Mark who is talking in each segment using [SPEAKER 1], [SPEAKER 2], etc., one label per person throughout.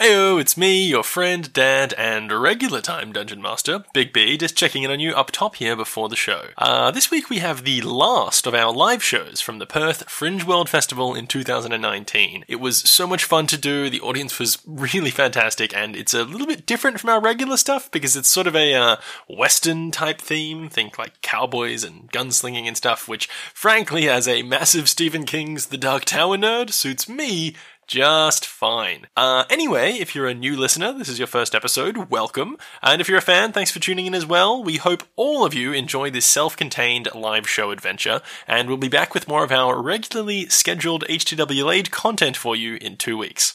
[SPEAKER 1] Hello, it's me, your friend, dad, and regular time Dungeon Master, Big B, just checking in on you up top here before the show. Uh, this week we have the last of our live shows from the Perth Fringe World Festival in 2019. It was so much fun to do, the audience was really fantastic, and it's a little bit different from our regular stuff because it's sort of a uh, Western type theme, think like cowboys and gunslinging and stuff, which, frankly, as a massive Stephen King's The Dark Tower nerd, suits me just fine. Uh, anyway, if you're a new listener, this is your first episode, welcome. And if you're a fan, thanks for tuning in as well. We hope all of you enjoy this self contained live show adventure, and we'll be back with more of our regularly scheduled HTW Aid content for you in two weeks.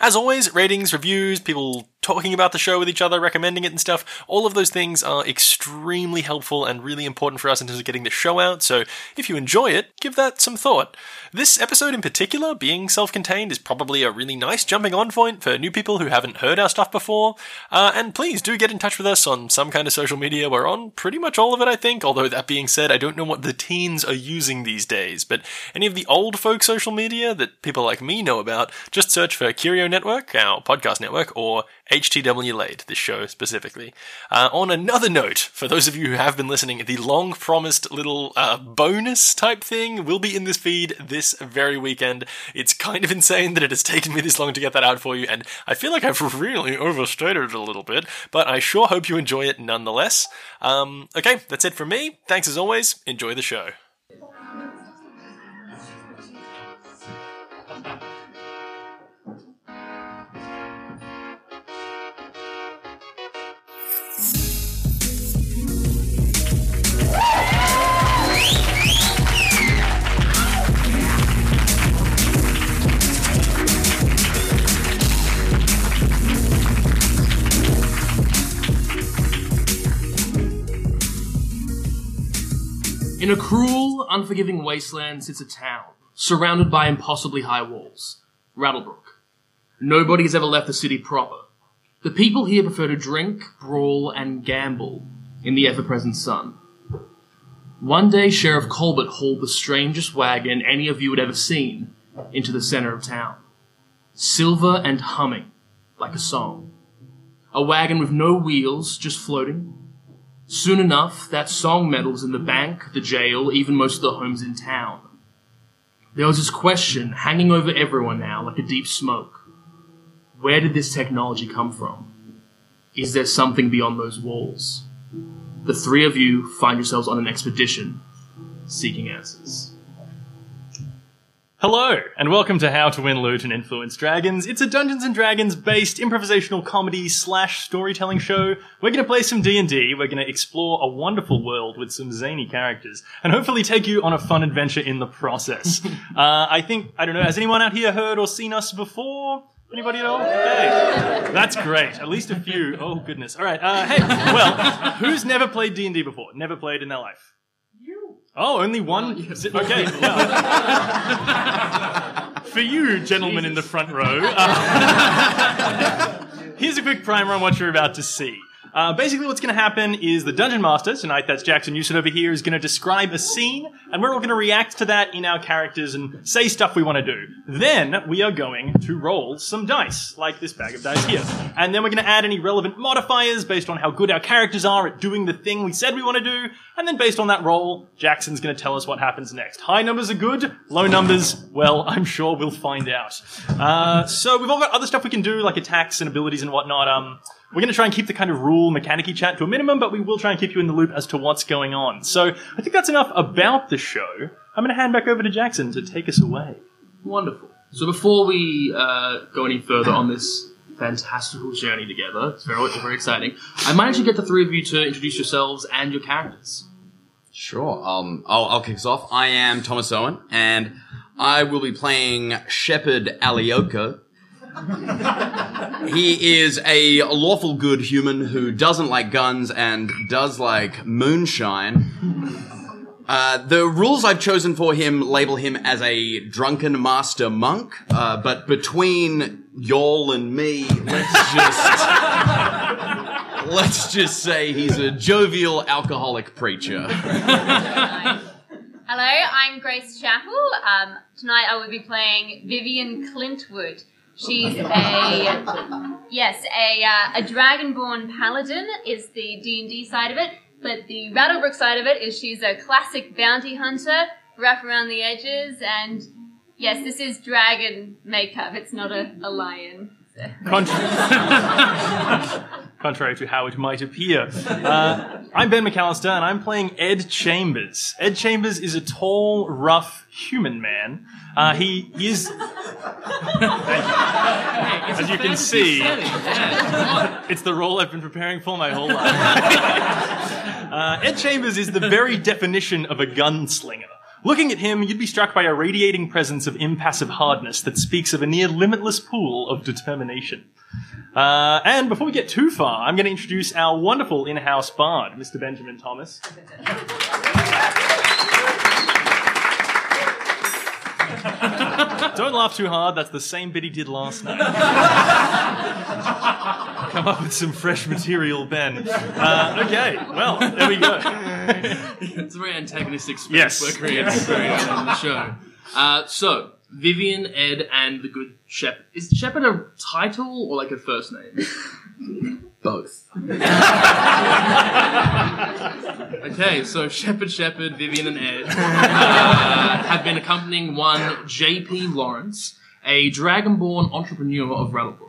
[SPEAKER 1] As always, ratings, reviews, people talking about the show with each other, recommending it and stuff, all of those things are extremely helpful and really important for us in terms of getting the show out. So if you enjoy it, give that some thought. This episode in particular, being self contained, is probably a really nice jumping on point for new people who haven't heard our stuff before. Uh, and please do get in touch with us on some kind of social media. We're on pretty much all of it, I think. Although, that being said, I don't know what the teens are using these days, but any of the old folk social media that people like me know about, just search for Curio Network, our podcast network, or HTW Late, this show specifically. Uh, on another note, for those of you who have been listening, the long promised little uh, bonus type thing will be in this feed this very weekend. It's kind of insane that it has taken me this long to get that out for you, and I feel like I've really overstated it a little bit, but I sure hope you enjoy it nonetheless. Um, okay, that's it from me. Thanks as always. Enjoy the show.
[SPEAKER 2] In a cruel, unforgiving wasteland sits a town, surrounded by impossibly high walls Rattlebrook. Nobody has ever left the city proper. The people here prefer to drink, brawl, and gamble in the ever present sun. One day, Sheriff Colbert hauled the strangest wagon any of you had ever seen into the center of town. Silver and humming, like a song. A wagon with no wheels, just floating, Soon enough, that song meddles in the bank, the jail, even most of the homes in town. There was this question hanging over everyone now, like a deep smoke. Where did this technology come from? Is there something beyond those walls? The three of you find yourselves on an expedition seeking answers.
[SPEAKER 1] Hello, and welcome to How to Win Loot and Influence Dragons. It's a Dungeons and Dragons based improvisational comedy slash storytelling show. We're gonna play some D&D, we're gonna explore a wonderful world with some zany characters, and hopefully take you on a fun adventure in the process. uh, I think, I don't know, has anyone out here heard or seen us before? Anybody at all? Hey, that's great. At least a few. Oh goodness. All right. Uh, hey, well, who's never played D and D before? Never played in their life. Oh, only one. Is it- Okay. well. For you, gentlemen in the front row, uh, here's a quick primer on what you're about to see. Uh, basically, what's going to happen is the dungeon master tonight, that's Jackson Houston over here, is going to describe a scene, and we're all going to react to that in our characters and say stuff we want to do. Then we are going to roll some dice, like this bag of dice here, and then we're going to add any relevant modifiers based on how good our characters are at doing the thing we said we want to do, and then based on that roll, Jackson's going to tell us what happens next. High numbers are good, low numbers, well, I'm sure we'll find out. Uh, so we've all got other stuff we can do, like attacks and abilities and whatnot. Um, we're going to try and keep the kind of rule mechanic chat to a minimum, but we will try and keep you in the loop as to what's going on. So I think that's enough about the show. I'm going to hand back over to Jackson to take us away.
[SPEAKER 2] Wonderful. So before we uh, go any further on this fantastical journey together, it's very, very exciting. I might actually get the three of you to introduce yourselves and your characters.
[SPEAKER 3] Sure. Um, I'll, I'll kick us off. I am Thomas Owen, and I will be playing Shepherd Alioka. he is a lawful good human who doesn't like guns and does like moonshine. Uh, the rules I've chosen for him label him as a drunken master monk, uh, but between y'all and me, let's just. Let's just say he's a jovial alcoholic preacher.
[SPEAKER 4] Hello, I'm Grace Chapel. Um, tonight I will be playing Vivian Clintwood, She's a yes, a uh, a dragonborn paladin is the D and D side of it, but the Rattlebrook side of it is she's a classic bounty hunter, rough around the edges, and yes, this is dragon makeup. It's not a, a lion.
[SPEAKER 1] Contrary, contrary to how it might appear. Uh, I'm Ben McAllister, and I'm playing Ed Chambers. Ed Chambers is a tall, rough human man. Uh, he is, as you can see, it's the role I've been preparing for my whole life. Uh, Ed Chambers is the very definition of a gunslinger. Looking at him, you'd be struck by a radiating presence of impassive hardness that speaks of a near limitless pool of determination. Uh, and before we get too far, I'm going to introduce our wonderful in house bard, Mr. Benjamin Thomas. Don't laugh too hard, that's the same bit he did last night. Come up with some fresh material, Ben. Uh, okay, well, there we go.
[SPEAKER 2] It's a very antagonistic space
[SPEAKER 1] Yes.
[SPEAKER 2] we're creating very early on the show. Uh, so, Vivian, Ed, and the good Shepard. Is Shepard a title or like a first name?
[SPEAKER 3] Both.
[SPEAKER 2] Okay, so Shepard, Shepard, Vivian, and Ed uh, have been accompanying one J.P. Lawrence, a dragonborn entrepreneur of Rattlebrook.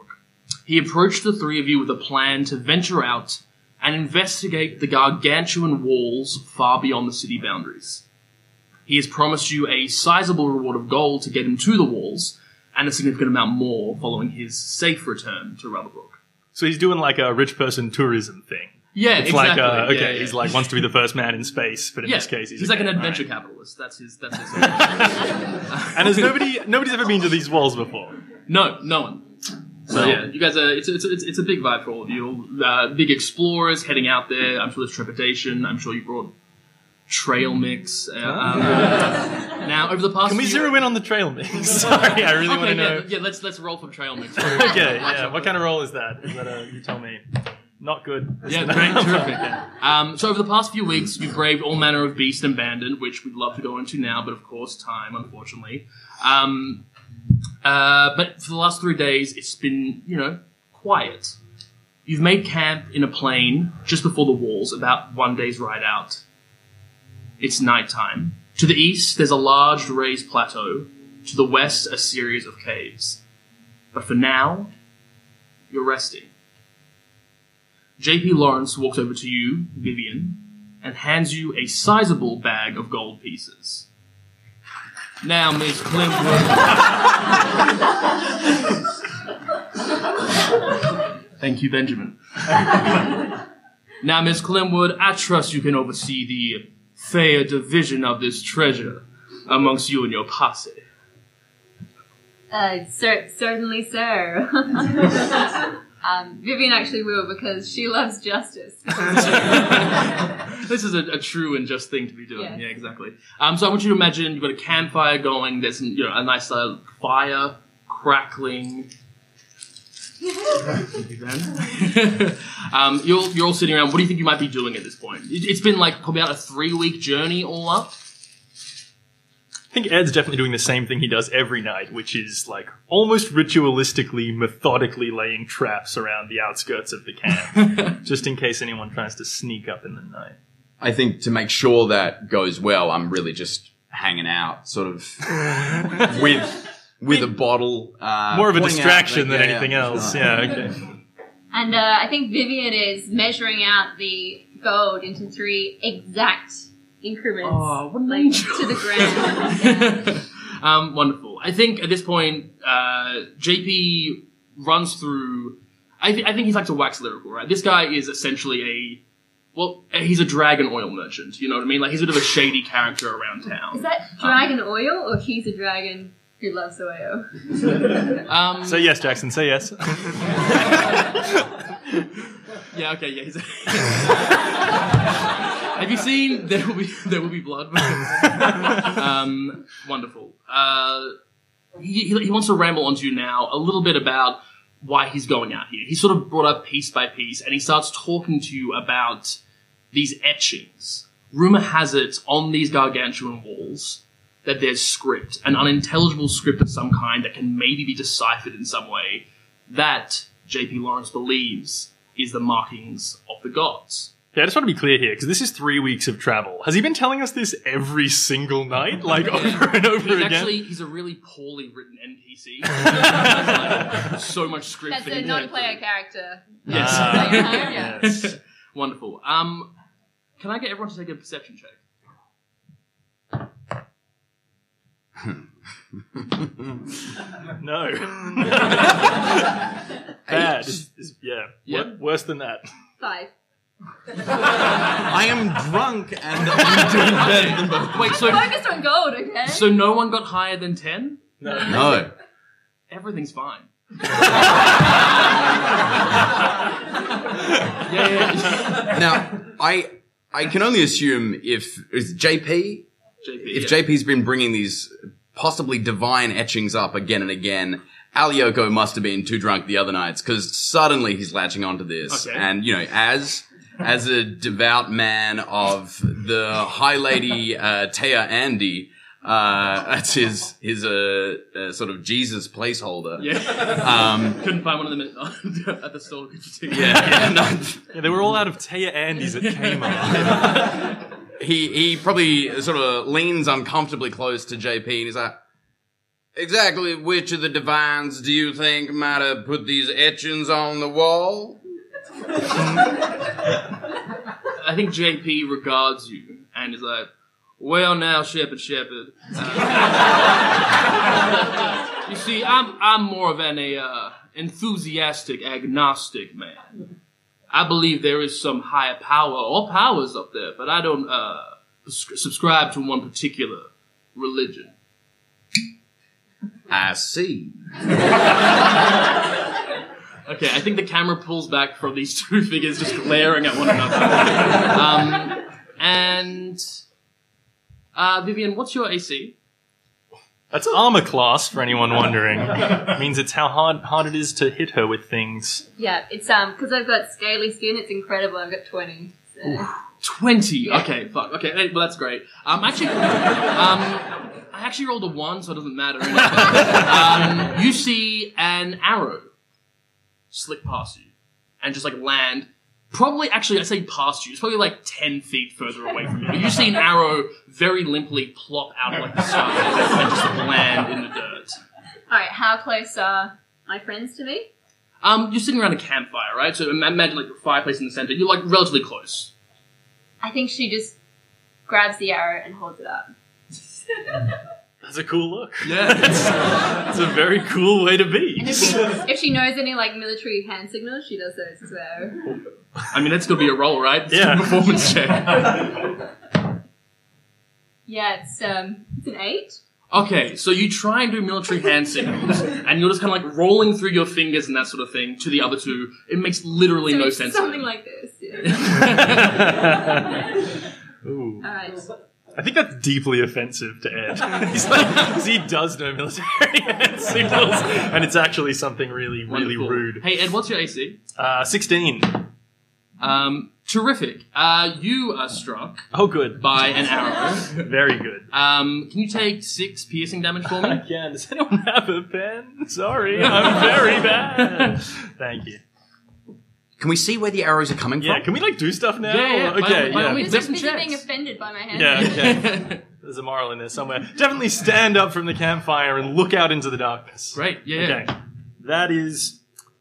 [SPEAKER 2] He approached the three of you with a plan to venture out and investigate the gargantuan walls far beyond the city boundaries. He has promised you a sizable reward of gold to get him to the walls, and a significant amount more following his safe return to Rattlebrook.
[SPEAKER 1] So he's doing like a rich person tourism thing.
[SPEAKER 2] Yeah,
[SPEAKER 1] It's
[SPEAKER 2] exactly.
[SPEAKER 1] like, uh, okay,
[SPEAKER 2] Yeah, yeah.
[SPEAKER 1] he's like wants to be the first man in space, but in
[SPEAKER 2] Yeah,
[SPEAKER 1] this case, he's,
[SPEAKER 2] he's
[SPEAKER 1] a
[SPEAKER 2] like an
[SPEAKER 1] gay man.
[SPEAKER 2] adventure capitalist. That's his. That's his.
[SPEAKER 1] And there's nobody, nobody's ever been to these walls before.
[SPEAKER 2] No, no one. So
[SPEAKER 3] Well-
[SPEAKER 2] yeah, you guys are. It's, it's, it's, it's a big vibe for all of you. Uh, big explorers heading out there. I'm sure there's trepidation. I'm sure you brought trail mix. Uh, um, now over the past,
[SPEAKER 1] Ah. Can we
[SPEAKER 2] few-
[SPEAKER 1] zero in on the trail mix? Sorry, I really want
[SPEAKER 2] Okay,
[SPEAKER 1] to
[SPEAKER 2] yeah,
[SPEAKER 1] know.
[SPEAKER 2] yeah, let's let's roll for trail mix.
[SPEAKER 1] Okay, yeah. What kind of roll is that? Is that a, you tell me. Not good.
[SPEAKER 2] Yeah, great, terrific. Um, so over the past few weeks, you've braved all manner of beast and bandit, which we'd love to go into now, but of course, time, unfortunately. Um, uh, but for the last three days, it's been, you know, quiet. You've made camp in a plain just before the walls, about one day's ride out. It's nighttime. To the east, there's a large raised plateau. To the west, a series of caves. But for now, you're resting. JP Lawrence walks over to you, Vivian, and hands you a sizable bag of gold pieces. Now, Miss Clintwood. Thank you, Benjamin. now, Miss Clinwood, I trust you can oversee the fair division of this treasure amongst you and your posse.
[SPEAKER 4] Uh, cer- certainly, sir. um, Vivian actually will because she loves justice.
[SPEAKER 2] This is a, a true and just thing to be doing.
[SPEAKER 4] Yeah.
[SPEAKER 2] Yeah, exactly. Um, so I want you to imagine you've got a campfire going. There's you know a nice uh, fire crackling. Thank you, Ben. um, you're you're all sitting around. What do you think you might be doing at this point? It, it's been like probably about a three week journey all up.
[SPEAKER 1] I think Ed's definitely doing the same thing he does every night, which is like almost ritualistically, methodically laying traps around the outskirts of the camp, just in case anyone tries to sneak up in the night.
[SPEAKER 3] I think to make sure that goes well, I'm really just hanging out, sort of with with a bottle. Uh,
[SPEAKER 1] More of a
[SPEAKER 3] pointing out
[SPEAKER 1] distraction
[SPEAKER 3] that-
[SPEAKER 1] than
[SPEAKER 3] yeah,
[SPEAKER 1] anything
[SPEAKER 3] yeah.
[SPEAKER 1] else. Yeah, okay.
[SPEAKER 4] And uh, I think Vivian is measuring out the gold into three exact increments.
[SPEAKER 2] Oh, what an
[SPEAKER 4] like,
[SPEAKER 2] angel.
[SPEAKER 4] to the ground. Yeah.
[SPEAKER 2] Um, wonderful. I think at this point, uh, JP runs through. I, th- I think he's like to wax lyrical, right? This guy is essentially a. Well, he's a dragon oil merchant. You know what I mean? Like he's a bit of a shady character around
[SPEAKER 4] Is
[SPEAKER 2] town.
[SPEAKER 4] that dragon oil or he's a dragon who loves oil?
[SPEAKER 2] Um,
[SPEAKER 1] Say yes, Jackson. Say yes.
[SPEAKER 2] yeah, okay, yeah. He's Have you seen There Will Be There Will Be Blood? um, wonderful. Uh, he, he he wants to ramble onto you now a little bit about why he's going out here. He sort of brought up piece by piece, and he starts talking to you about these etchings. Rumor has it on these gargantuan walls that there's script, an unintelligible script of some kind that can maybe be deciphered in some way. That, J.P. Lawrence believes, is the markings of the gods.
[SPEAKER 1] Yeah, I just want to be clear here because this is three weeks of travel. Has he been telling us this every single night, like over and over
[SPEAKER 2] He's
[SPEAKER 1] again?
[SPEAKER 2] actually, he's a really poorly written NPC. so much script
[SPEAKER 4] That's
[SPEAKER 2] for him
[SPEAKER 4] a
[SPEAKER 2] to
[SPEAKER 4] non
[SPEAKER 2] work
[SPEAKER 4] player character.
[SPEAKER 2] Yes.
[SPEAKER 1] Ah.
[SPEAKER 4] Yeah.
[SPEAKER 1] Yes.
[SPEAKER 2] Wonderful. Um, can I get everyone to take a perception check?
[SPEAKER 1] No. Bad. It's- it's- yeah.
[SPEAKER 2] Yeah.
[SPEAKER 1] Wor- worse than that.
[SPEAKER 4] Five.
[SPEAKER 3] I am drunk and I'm doing better than both.
[SPEAKER 2] Wait, so
[SPEAKER 4] Focused on gold, okay?
[SPEAKER 2] so no one got higher than ten?
[SPEAKER 1] No.
[SPEAKER 3] No.
[SPEAKER 2] Everything's fine. yeah, yeah, yeah.
[SPEAKER 3] Now, I I can only assume if is JP
[SPEAKER 2] JP,
[SPEAKER 3] if
[SPEAKER 2] yeah.
[SPEAKER 3] JP's been bringing these possibly divine etchings up again and again. Alioko must have been too drunk the other nights because suddenly he's latching onto this,
[SPEAKER 2] Okay.
[SPEAKER 3] and you know, as as a devout man of the High Lady uh, Taya Andy, uh, that's his his uh, uh, sort of Jesus placeholder.
[SPEAKER 2] Yeah.
[SPEAKER 3] Um,
[SPEAKER 2] Couldn't find one of them at, at the store. Could you do?
[SPEAKER 3] yeah, no,
[SPEAKER 1] Yeah, they were all out of Taya Andes at Kmart.
[SPEAKER 3] he he probably sort of leans uncomfortably close to JP and he's like, "Exactly which of the divines do you think might have put these etchings on the wall?"
[SPEAKER 2] I think JP regards you and is like, "Well now, Shepherd, Shepherd. Uh, you see, I'm I'm more of an uh, enthusiastic agnostic man. I believe there is some higher power or powers up there, but I don't uh, subscri- subscribe to one particular religion."
[SPEAKER 3] I see.
[SPEAKER 2] Okay, I think the camera pulls back from these two figures just glaring at one another. Um, and uh, Vivian, what's your AC?
[SPEAKER 1] That's armor class for anyone wondering. It means it's how hard hard it is to hit her with things.
[SPEAKER 4] Yeah, it's um because I've got scaly skin. It's incredible. I've got twenty. So.
[SPEAKER 2] Twenty. Okay, fuck. Okay, eh, well that's great. Um, actually, um, I actually rolled a one, so it doesn't matter. um, you see an arrow slick past you, and just like land. Probably, actually, I say past you. It's probably like ten feet further away from you. But you see an arrow very limply plop out of like the sky and just like, land in the dirt.
[SPEAKER 4] All right, how close are my friends to me?
[SPEAKER 2] Um, you're sitting around a campfire, right? So ima- imagine like the fireplace in the center. You're like relatively close.
[SPEAKER 4] I think she just grabs the arrow and holds it up.
[SPEAKER 1] That's a cool look.
[SPEAKER 2] Yeah.
[SPEAKER 1] It's a very cool way to be.
[SPEAKER 4] And if she, if she knows any like military hand signals, she does those as well.
[SPEAKER 2] I mean, that's gonna be a roll, right? It's a
[SPEAKER 1] Yeah.
[SPEAKER 2] Performance check.
[SPEAKER 4] Yeah, it's um, it's an eight.
[SPEAKER 2] Okay, so you try and do military hand signals, and you're just kind of like rolling through your fingers and that sort of thing to the other two. It makes literally
[SPEAKER 4] So
[SPEAKER 2] no
[SPEAKER 4] it's
[SPEAKER 2] sense. to
[SPEAKER 4] something
[SPEAKER 2] them.
[SPEAKER 4] like this. Yeah.
[SPEAKER 1] Ooh.
[SPEAKER 4] All right.
[SPEAKER 1] I think that's deeply offensive to Ed. He's like, 'cause he does know military hand signals, and it's actually something really, really
[SPEAKER 2] Wonderful.
[SPEAKER 1] rude.
[SPEAKER 2] Hey Ed, what's your AC?
[SPEAKER 1] Uh, 16.
[SPEAKER 2] Um, terrific. Uh, you are struck
[SPEAKER 1] Oh, good.
[SPEAKER 2] by an arrow.
[SPEAKER 1] Very good.
[SPEAKER 2] Um, can you take six piercing damage for me?
[SPEAKER 1] Again, does anyone have a pen? Sorry, I'm very bad. Thank you.
[SPEAKER 3] Can we see where the arrows are coming
[SPEAKER 1] Yeah,
[SPEAKER 3] from?
[SPEAKER 1] can we like do stuff now?
[SPEAKER 2] Yeah, yeah, by all-
[SPEAKER 1] okay,
[SPEAKER 2] by all
[SPEAKER 1] yeah.
[SPEAKER 2] means.
[SPEAKER 4] Just
[SPEAKER 2] Make some
[SPEAKER 4] busy being
[SPEAKER 2] checks.
[SPEAKER 4] offended by my hand.
[SPEAKER 1] Yeah, okay. There's a moral in there somewhere. Definitely stand up from the campfire and look out into the darkness.
[SPEAKER 2] Great. Yeah.
[SPEAKER 1] Okay. That is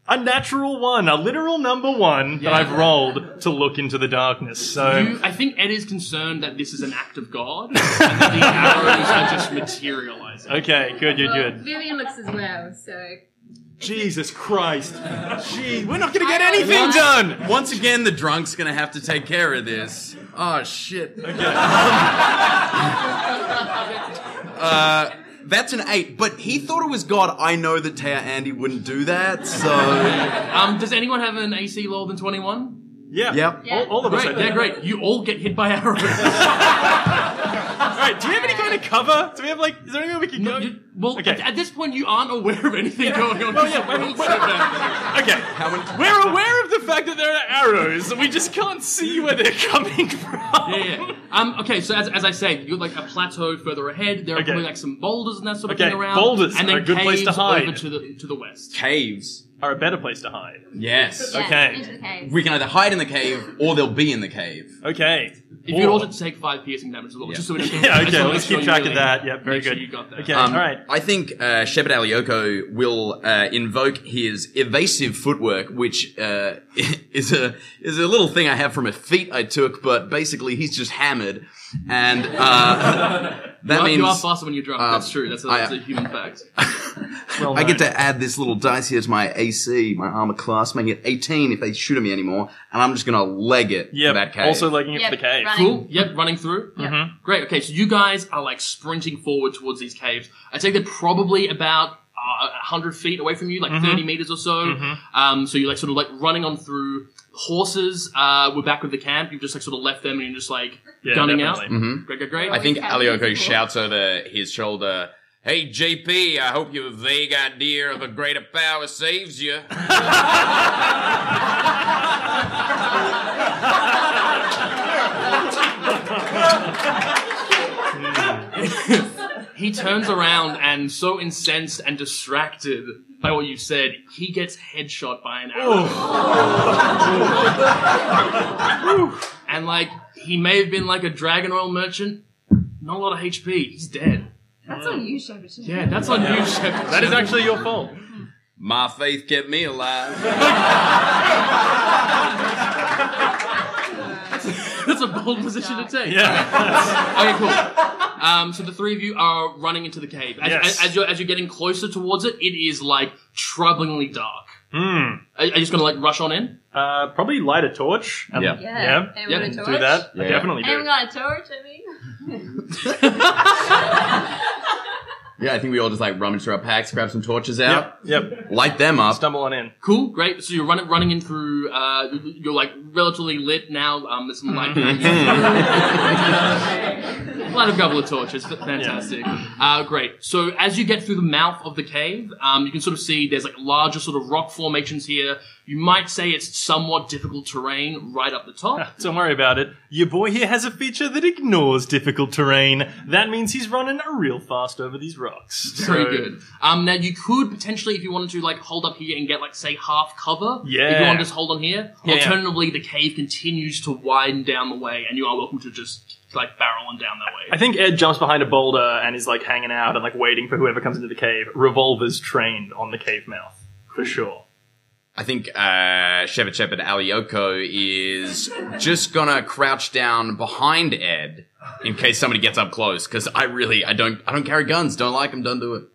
[SPEAKER 1] a natural one, a literal number one that
[SPEAKER 2] Yeah.
[SPEAKER 1] I've rolled to look into the darkness. So
[SPEAKER 2] You, I think Ed is concerned that this is an act of God, and that the arrows are just materializing.
[SPEAKER 1] Okay, good, good,
[SPEAKER 4] Well,
[SPEAKER 1] good.
[SPEAKER 4] Vivian looks as well, so
[SPEAKER 1] Jesus Christ. Gee, we're not gonna get
[SPEAKER 4] I don't
[SPEAKER 1] anything
[SPEAKER 4] know.
[SPEAKER 1] done!
[SPEAKER 3] Once again, the drunk's gonna have to take care of this. Oh shit. uh, that's an eight, but he thought it was God. I know that Taya Andy wouldn't do that, so
[SPEAKER 2] Um, does anyone have an AC lower than twenty-one?
[SPEAKER 1] Yeah.
[SPEAKER 3] Yep.
[SPEAKER 4] Yeah.
[SPEAKER 1] Oh, All, all of us. I
[SPEAKER 2] Great,
[SPEAKER 1] think.
[SPEAKER 2] yeah, great. You all get hit by arrows.
[SPEAKER 1] right, do we have any kind of cover? Do we have like? Is there anywhere we can
[SPEAKER 2] No,
[SPEAKER 1] go?
[SPEAKER 2] you- well,
[SPEAKER 1] Okay.
[SPEAKER 2] at, at this point, you aren't aware of anything going on. uh,
[SPEAKER 1] Well, yeah, we're, we're- okay. We're aware of the fact that there are arrows, and we just can't see where they're coming from.
[SPEAKER 2] Yeah, yeah. Um, okay, so as, as I say, you're like a plateau further ahead. There are
[SPEAKER 1] Okay.
[SPEAKER 2] probably like some boulders and that sort of
[SPEAKER 1] Okay,
[SPEAKER 2] thing around.
[SPEAKER 1] boulders
[SPEAKER 2] and then
[SPEAKER 1] are a good place to
[SPEAKER 2] caves
[SPEAKER 1] hide.
[SPEAKER 2] Over to the to the west.
[SPEAKER 3] Caves.
[SPEAKER 1] Are a better place to hide.
[SPEAKER 3] Yes.
[SPEAKER 4] Yeah,
[SPEAKER 1] Okay.
[SPEAKER 4] Into the cave.
[SPEAKER 3] We can either hide in the cave or they'll be in the cave.
[SPEAKER 1] Okay.
[SPEAKER 2] If you
[SPEAKER 1] Or-
[SPEAKER 2] all just take five piercing damage as well, just so we don't-
[SPEAKER 1] Yeah,
[SPEAKER 2] I just
[SPEAKER 1] okay,
[SPEAKER 2] wanna
[SPEAKER 1] let's
[SPEAKER 2] make
[SPEAKER 1] keep
[SPEAKER 2] sure
[SPEAKER 1] track
[SPEAKER 2] you
[SPEAKER 1] of
[SPEAKER 2] really-
[SPEAKER 1] that. Yeah, very
[SPEAKER 2] make sure
[SPEAKER 1] good.
[SPEAKER 2] you got that.
[SPEAKER 1] Okay,
[SPEAKER 3] Um,
[SPEAKER 1] alright.
[SPEAKER 3] I think uh, Shepard Alioko will uh, invoke his evasive footwork, which uh, is a is a little thing I have from a feat I took, but basically he's just hammered, and uh,
[SPEAKER 2] You
[SPEAKER 3] that
[SPEAKER 2] are-
[SPEAKER 3] means
[SPEAKER 2] you
[SPEAKER 3] uh,
[SPEAKER 2] are faster when you're drunk. that's true. That's a,
[SPEAKER 3] I-
[SPEAKER 2] that's a human fact.
[SPEAKER 1] Well
[SPEAKER 3] I get
[SPEAKER 1] known.
[SPEAKER 3] to add this little dice here to my AC, my armor class, making it 18 if they shoot at me anymore, and I'm just gonna leg it. for
[SPEAKER 1] Yep,
[SPEAKER 3] that cave.
[SPEAKER 1] also legging it
[SPEAKER 4] Yep,
[SPEAKER 1] for the cave.
[SPEAKER 4] running.
[SPEAKER 2] Cool. Yep. Running through. Great. Okay. So you guys are like sprinting forward towards these caves. I take they're probably about uh, hundred feet away from you, like thirty meters or so. Um, so you're like sort of like running on through. Horses uh, were back with the camp. You've just like sort of left them and you're just like
[SPEAKER 1] Yeah,
[SPEAKER 2] gunning
[SPEAKER 1] definitely.
[SPEAKER 2] out.
[SPEAKER 3] Mm-hmm.
[SPEAKER 2] Great. Great. Great.
[SPEAKER 3] I think
[SPEAKER 4] Okay.
[SPEAKER 3] Alioko shouts over his shoulder, Hey JP, I hope your vague idea of a greater power saves you.
[SPEAKER 2] He turns around and so incensed and distracted by what you said, he gets headshot by an arrow. and like he may have been like a dragon oil merchant, not a lot of HP. He's dead.
[SPEAKER 4] That's on you, Shepard.
[SPEAKER 2] Yeah, that's on you, Shepard.
[SPEAKER 1] That is actually your fault.
[SPEAKER 3] My faith kept me alive.
[SPEAKER 2] that's a bold position to take.
[SPEAKER 1] Yeah.
[SPEAKER 2] Okay, cool. Um, so the three of you are running into the cave. As,
[SPEAKER 1] Yes.
[SPEAKER 2] as, as you're as you're getting closer towards it, it is like troublingly dark.
[SPEAKER 1] Hmm.
[SPEAKER 2] Are, are you just gonna like rush on in?
[SPEAKER 1] Uh, probably light a torch. and-
[SPEAKER 3] Yep.
[SPEAKER 4] Yeah.
[SPEAKER 1] Yeah.
[SPEAKER 4] Anyone
[SPEAKER 2] Yeah,
[SPEAKER 4] a torch?
[SPEAKER 1] Do that. I
[SPEAKER 3] Yeah.
[SPEAKER 1] definitely do.
[SPEAKER 4] Anyone got a torch? I mean,
[SPEAKER 3] Yeah, I think we all just like rummage through our packs, grab some torches
[SPEAKER 1] Yep.
[SPEAKER 3] out,
[SPEAKER 1] Yep.
[SPEAKER 3] light them up.
[SPEAKER 1] Stumble on in.
[SPEAKER 2] Cool, great. So you're running running in through. Uh, you're like relatively lit now. Um, there's some
[SPEAKER 1] Hmm.
[SPEAKER 2] light. Light a couple of torches. F- Fantastic. Uh, great. So as you get through the mouth of the cave, um, you can sort of see there's like larger sort of rock formations here. You might say it's somewhat difficult terrain right up the top.
[SPEAKER 1] Don't worry about it. Your boy here has a feature that ignores difficult terrain. That means he's running real fast over these rocks.
[SPEAKER 2] Very
[SPEAKER 1] So-
[SPEAKER 2] good. Um, now you could potentially, if you wanted to, like hold up here and get like say half cover. If you
[SPEAKER 1] Yeah.
[SPEAKER 2] want to just hold on here.
[SPEAKER 1] Yeah, yeah.
[SPEAKER 2] Alternatively, the cave continues to widen down the way, and you are welcome to just like barrel on down that way.
[SPEAKER 1] I think Ed jumps behind a boulder and is like hanging out and like waiting for whoever comes into the cave. Revolvers trained on the cave mouth for sure.
[SPEAKER 3] I think uh, Shepard Shepard Alioko is just gonna crouch down behind Ed in case somebody gets up close. Because I really, I don't, I don't carry guns. Don't like them. Don't do it.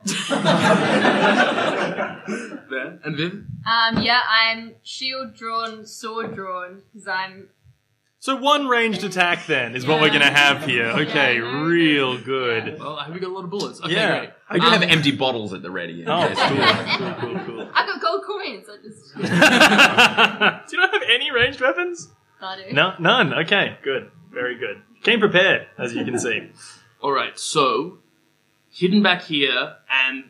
[SPEAKER 2] there. And Viv?
[SPEAKER 4] um, yeah, I'm shield drawn, sword drawn, because I'm
[SPEAKER 1] So one ranged attack then is what we're gonna have here. Okay,
[SPEAKER 4] Yeah.
[SPEAKER 1] real good.
[SPEAKER 2] Well, I hope we got a lot of bullets. Okay,
[SPEAKER 1] Yeah.
[SPEAKER 2] great.
[SPEAKER 3] I do
[SPEAKER 2] Um,
[SPEAKER 3] have empty bottles at the ready. in
[SPEAKER 1] Oh,
[SPEAKER 3] case-
[SPEAKER 1] cool, cool, cool, cool.
[SPEAKER 4] I've got gold coins. I just
[SPEAKER 1] Do you not have any ranged weapons?
[SPEAKER 4] I do.
[SPEAKER 1] No, none. Okay, good, very good. Came prepared, as you can see.
[SPEAKER 2] All right, so hidden back here, and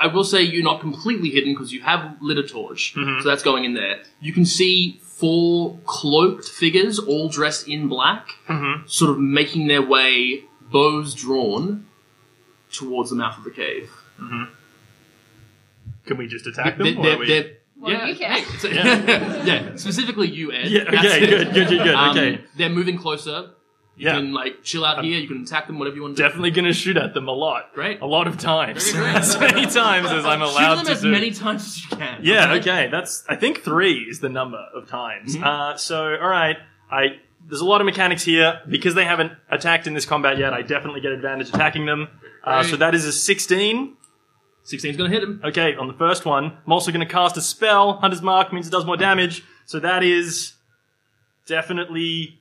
[SPEAKER 2] I will say you're not completely hidden because you have lit a torch,
[SPEAKER 1] Mm-hmm.
[SPEAKER 2] so that's going in there. You can see four cloaked figures, all dressed in black,
[SPEAKER 1] Mm-hmm.
[SPEAKER 2] sort of making their way, bows drawn, towards the mouth of the cave.
[SPEAKER 1] Can we just attack
[SPEAKER 2] They're-
[SPEAKER 1] them? or
[SPEAKER 2] they're-
[SPEAKER 1] are we-
[SPEAKER 2] they're-
[SPEAKER 4] Well,
[SPEAKER 2] yeah,
[SPEAKER 4] you can.
[SPEAKER 2] hey, it's a- yeah. specifically you, Ed.
[SPEAKER 1] Yeah.
[SPEAKER 2] That's
[SPEAKER 1] Okay.
[SPEAKER 2] it.
[SPEAKER 1] Good. Good. Good. Good.
[SPEAKER 2] Um,
[SPEAKER 1] okay.
[SPEAKER 2] They're moving closer. You
[SPEAKER 1] Yeah.
[SPEAKER 2] can like chill out here. You can attack them, whatever you want to do.
[SPEAKER 1] Definitely gonna shoot at them a lot.
[SPEAKER 2] Great.
[SPEAKER 1] A lot of times.
[SPEAKER 2] Very great.
[SPEAKER 1] as many times as I'm allowed
[SPEAKER 2] Shoot them
[SPEAKER 1] to
[SPEAKER 2] as
[SPEAKER 1] do.
[SPEAKER 2] many times Mm-hmm. as you can.
[SPEAKER 1] Yeah, okay. That's I think three is the number of times. Uh, so all right, I there's a lot of mechanics here because they haven't attacked in this combat yet. I definitely get advantage attacking them. Uh, so
[SPEAKER 2] Right.
[SPEAKER 1] that is a 16.
[SPEAKER 2] 16's gonna hit him.
[SPEAKER 1] Okay, on the first one, I'm also going to cast a spell. Hunter's mark means it does more damage. So that is definitely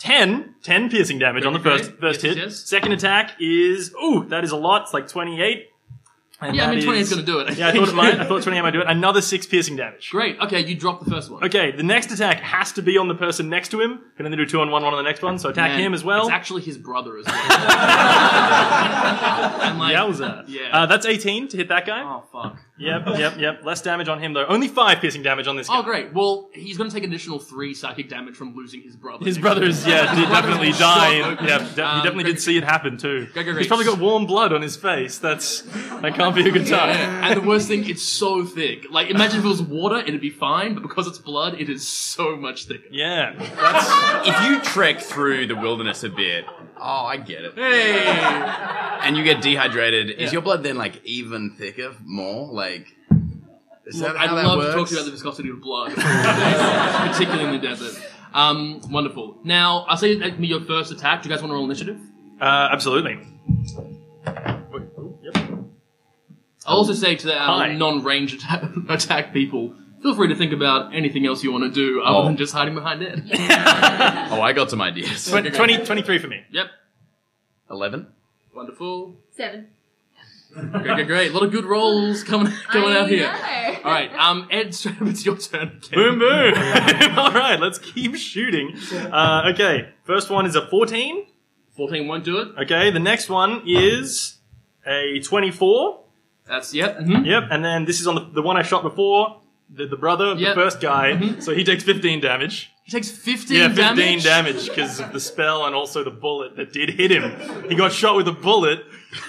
[SPEAKER 1] 10, 10 piercing damage on the
[SPEAKER 2] Okay,
[SPEAKER 1] first first
[SPEAKER 2] yes,
[SPEAKER 1] hit.
[SPEAKER 2] yes.
[SPEAKER 1] Second attack is ooh, that is a lot. It's like 28. And
[SPEAKER 2] Yeah, I
[SPEAKER 1] that
[SPEAKER 2] mean, 20 is
[SPEAKER 1] is-
[SPEAKER 2] gonna do it.
[SPEAKER 1] Yeah, I thought it might. I thought 20 might do it. Another six piercing damage.
[SPEAKER 2] Great. Okay, you drop the first one.
[SPEAKER 1] Okay, the next attack has to be on the person next to him. Can only do two on one, one on the next one. So attack
[SPEAKER 2] And
[SPEAKER 1] him as well.
[SPEAKER 2] It's actually his brother as well. and like,
[SPEAKER 1] Yowza.
[SPEAKER 2] Yeah.
[SPEAKER 1] Uh, that's 18 to hit that guy.
[SPEAKER 2] oh fuck.
[SPEAKER 1] Yep, yep, yep. Less damage on him though. Only five piercing damage on this guy.
[SPEAKER 2] Oh great. Well, he's going to take an additional three psychic damage from losing his brother.
[SPEAKER 1] His
[SPEAKER 2] next
[SPEAKER 1] brothers, yeah, did definitely
[SPEAKER 2] Shot
[SPEAKER 1] die.
[SPEAKER 2] open.
[SPEAKER 1] Yeah, de-
[SPEAKER 2] Um,
[SPEAKER 1] he definitely
[SPEAKER 2] great.
[SPEAKER 1] did see it happen too.
[SPEAKER 2] Great, great,
[SPEAKER 1] He's probably
[SPEAKER 2] great.
[SPEAKER 1] got warm blood on his face. That's that can't be a good
[SPEAKER 2] Yeah,
[SPEAKER 1] time.
[SPEAKER 2] yeah. and the worst thing, it's so thick. Like, imagine if it was water, it'd be fine, but because it's blood, it is so much thicker.
[SPEAKER 1] Yeah.
[SPEAKER 3] If you trek through the wilderness a bit, oh, I get it.
[SPEAKER 2] Hey!
[SPEAKER 3] And you get dehydrated,
[SPEAKER 2] Yeah.
[SPEAKER 3] is your blood then like even thicker, more like? Is that
[SPEAKER 2] I'd
[SPEAKER 3] how that
[SPEAKER 2] love
[SPEAKER 3] works?
[SPEAKER 2] to talk to you about the viscosity of blood, particularly in the desert. Um, wonderful. Now, I'll say that me your first attack. Do you guys want to roll initiative?
[SPEAKER 1] Uh, absolutely.
[SPEAKER 2] I'll also say to our
[SPEAKER 1] Hi.
[SPEAKER 2] non-range attack, attack people, feel free to think about anything else you want to do other
[SPEAKER 3] Oh.
[SPEAKER 2] than just hiding behind it.
[SPEAKER 3] Oh, I got some ideas.
[SPEAKER 1] Twen- 20, 23 for me.
[SPEAKER 2] yep.
[SPEAKER 3] Eleven.
[SPEAKER 2] Wonderful.
[SPEAKER 4] Seven.
[SPEAKER 2] Great, great, great. A lot of good rolls coming coming
[SPEAKER 4] I
[SPEAKER 2] out here.
[SPEAKER 4] know.
[SPEAKER 2] All right, um, Ed, it's your turn again.
[SPEAKER 1] Boom, boom. All right, let's keep shooting. Uh, okay, first one is a 14.
[SPEAKER 2] 14 won't do it.
[SPEAKER 1] Okay, the next one is a 24.
[SPEAKER 2] That's, yep. mhm.
[SPEAKER 1] Yep, and then this is on the, the one I shot before, the, the brother of the
[SPEAKER 2] Yep.
[SPEAKER 1] first guy. So he takes 15 damage.
[SPEAKER 2] He takes 15
[SPEAKER 1] Yeah,
[SPEAKER 2] damage.
[SPEAKER 1] 15 damage because of the spell and also the bullet that did hit him. He got shot with a bullet,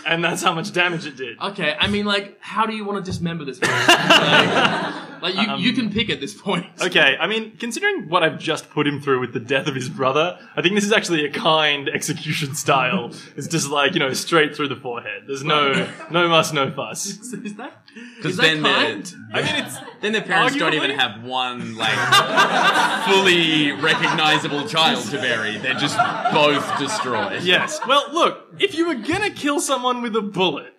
[SPEAKER 1] and that's how much damage it did.
[SPEAKER 2] Okay, I mean, like, how do you want to dismember this person? like, like, you, you can pick at this point.
[SPEAKER 1] Okay, I mean, considering what I've just put him through with the death of his brother, I think this is actually a kind execution style. It's just like, you know, straight through the forehead. There's no no muss, no fuss.
[SPEAKER 2] Is is that, is
[SPEAKER 5] Because
[SPEAKER 2] that
[SPEAKER 5] then
[SPEAKER 3] uh,
[SPEAKER 2] kind?
[SPEAKER 5] the I mean, it's then their parents don't even
[SPEAKER 1] Arguably.
[SPEAKER 5] have one like fully recognizable child to bury. They're just both destroyed.
[SPEAKER 1] Yes. Well, look, if you were gonna kill someone with a bullet,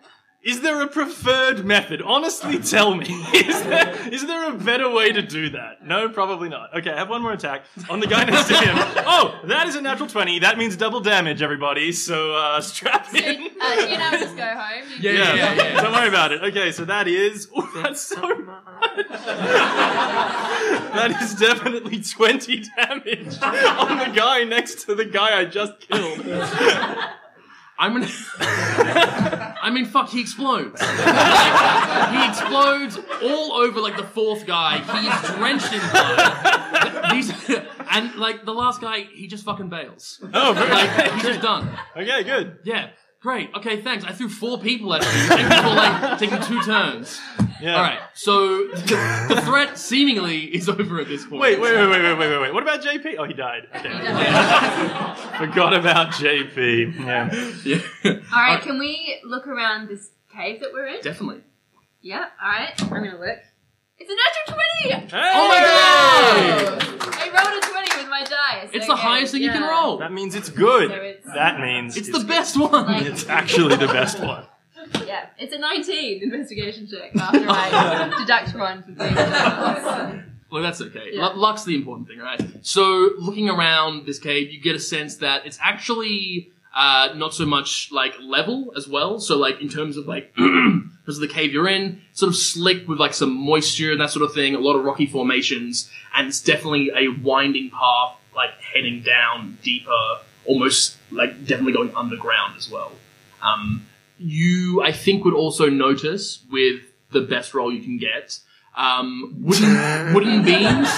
[SPEAKER 1] is there a preferred method? Honestly, tell me. Is there, is there a better way to do that? No, probably not. Okay, I have one more attack on the guy next to him. Oh, that is a natural 20. That means double damage, everybody. So, uh, strap
[SPEAKER 4] Uh,
[SPEAKER 1] in.
[SPEAKER 4] you know, just go home.
[SPEAKER 2] Yeah,
[SPEAKER 4] You
[SPEAKER 2] yeah, yeah. yeah.
[SPEAKER 1] Don't worry about it. Okay, so that is. Ooh, that's so much. that is definitely 20 damage on the guy next to the guy I just killed.
[SPEAKER 2] I'm gonna. I mean, fuck, he explodes. he explodes all over, like, the fourth guy. He's drenched in blood. These, and, like, the last guy, he just fucking bails.
[SPEAKER 1] Oh, very-
[SPEAKER 2] Like, he's just done.
[SPEAKER 1] Okay, good.
[SPEAKER 2] Yeah, great. Okay, thanks. I threw four people at you. Thank you for like taking two turns.
[SPEAKER 1] Yeah.
[SPEAKER 2] All right. So the threat seemingly is over at this point.
[SPEAKER 1] Wait, wait, wait, wait, wait, wait, wait, wait. What about JP? Oh, he died. Okay. Forgot about JP. Yeah.
[SPEAKER 2] Yeah.
[SPEAKER 4] All right,
[SPEAKER 2] Uh,
[SPEAKER 4] can we look around this cave that we're in?
[SPEAKER 2] Definitely.
[SPEAKER 4] yeah. All right, I'm gonna look. It's a natural twenty.
[SPEAKER 1] Oh
[SPEAKER 2] my
[SPEAKER 4] Oh! I rolled a twenty with my dice.
[SPEAKER 2] It's the
[SPEAKER 4] okay,
[SPEAKER 2] highest thing you can
[SPEAKER 4] yeah.
[SPEAKER 2] roll.
[SPEAKER 1] That means it's good.
[SPEAKER 4] So it's-
[SPEAKER 1] that means
[SPEAKER 2] It's, the best one.
[SPEAKER 4] Like-
[SPEAKER 1] It's actually the best one.
[SPEAKER 4] Yeah, it's a nineteen investigation check after I deduct one for being jealous.
[SPEAKER 2] Well, that's okay.
[SPEAKER 4] Yeah.
[SPEAKER 2] Lu- Luck's the important thing, right? So, looking around this cave, you get a sense that it's actually uh, not so much like level as well. So, like in terms of like because of the cave you're in, sort of slick with like some moisture and that sort of thing. A lot of rocky formations, and it's definitely a winding path, like heading down deeper, almost like definitely going underground as well. Um, you, I think, would also notice with the best roll you can get um, wooden wooden beams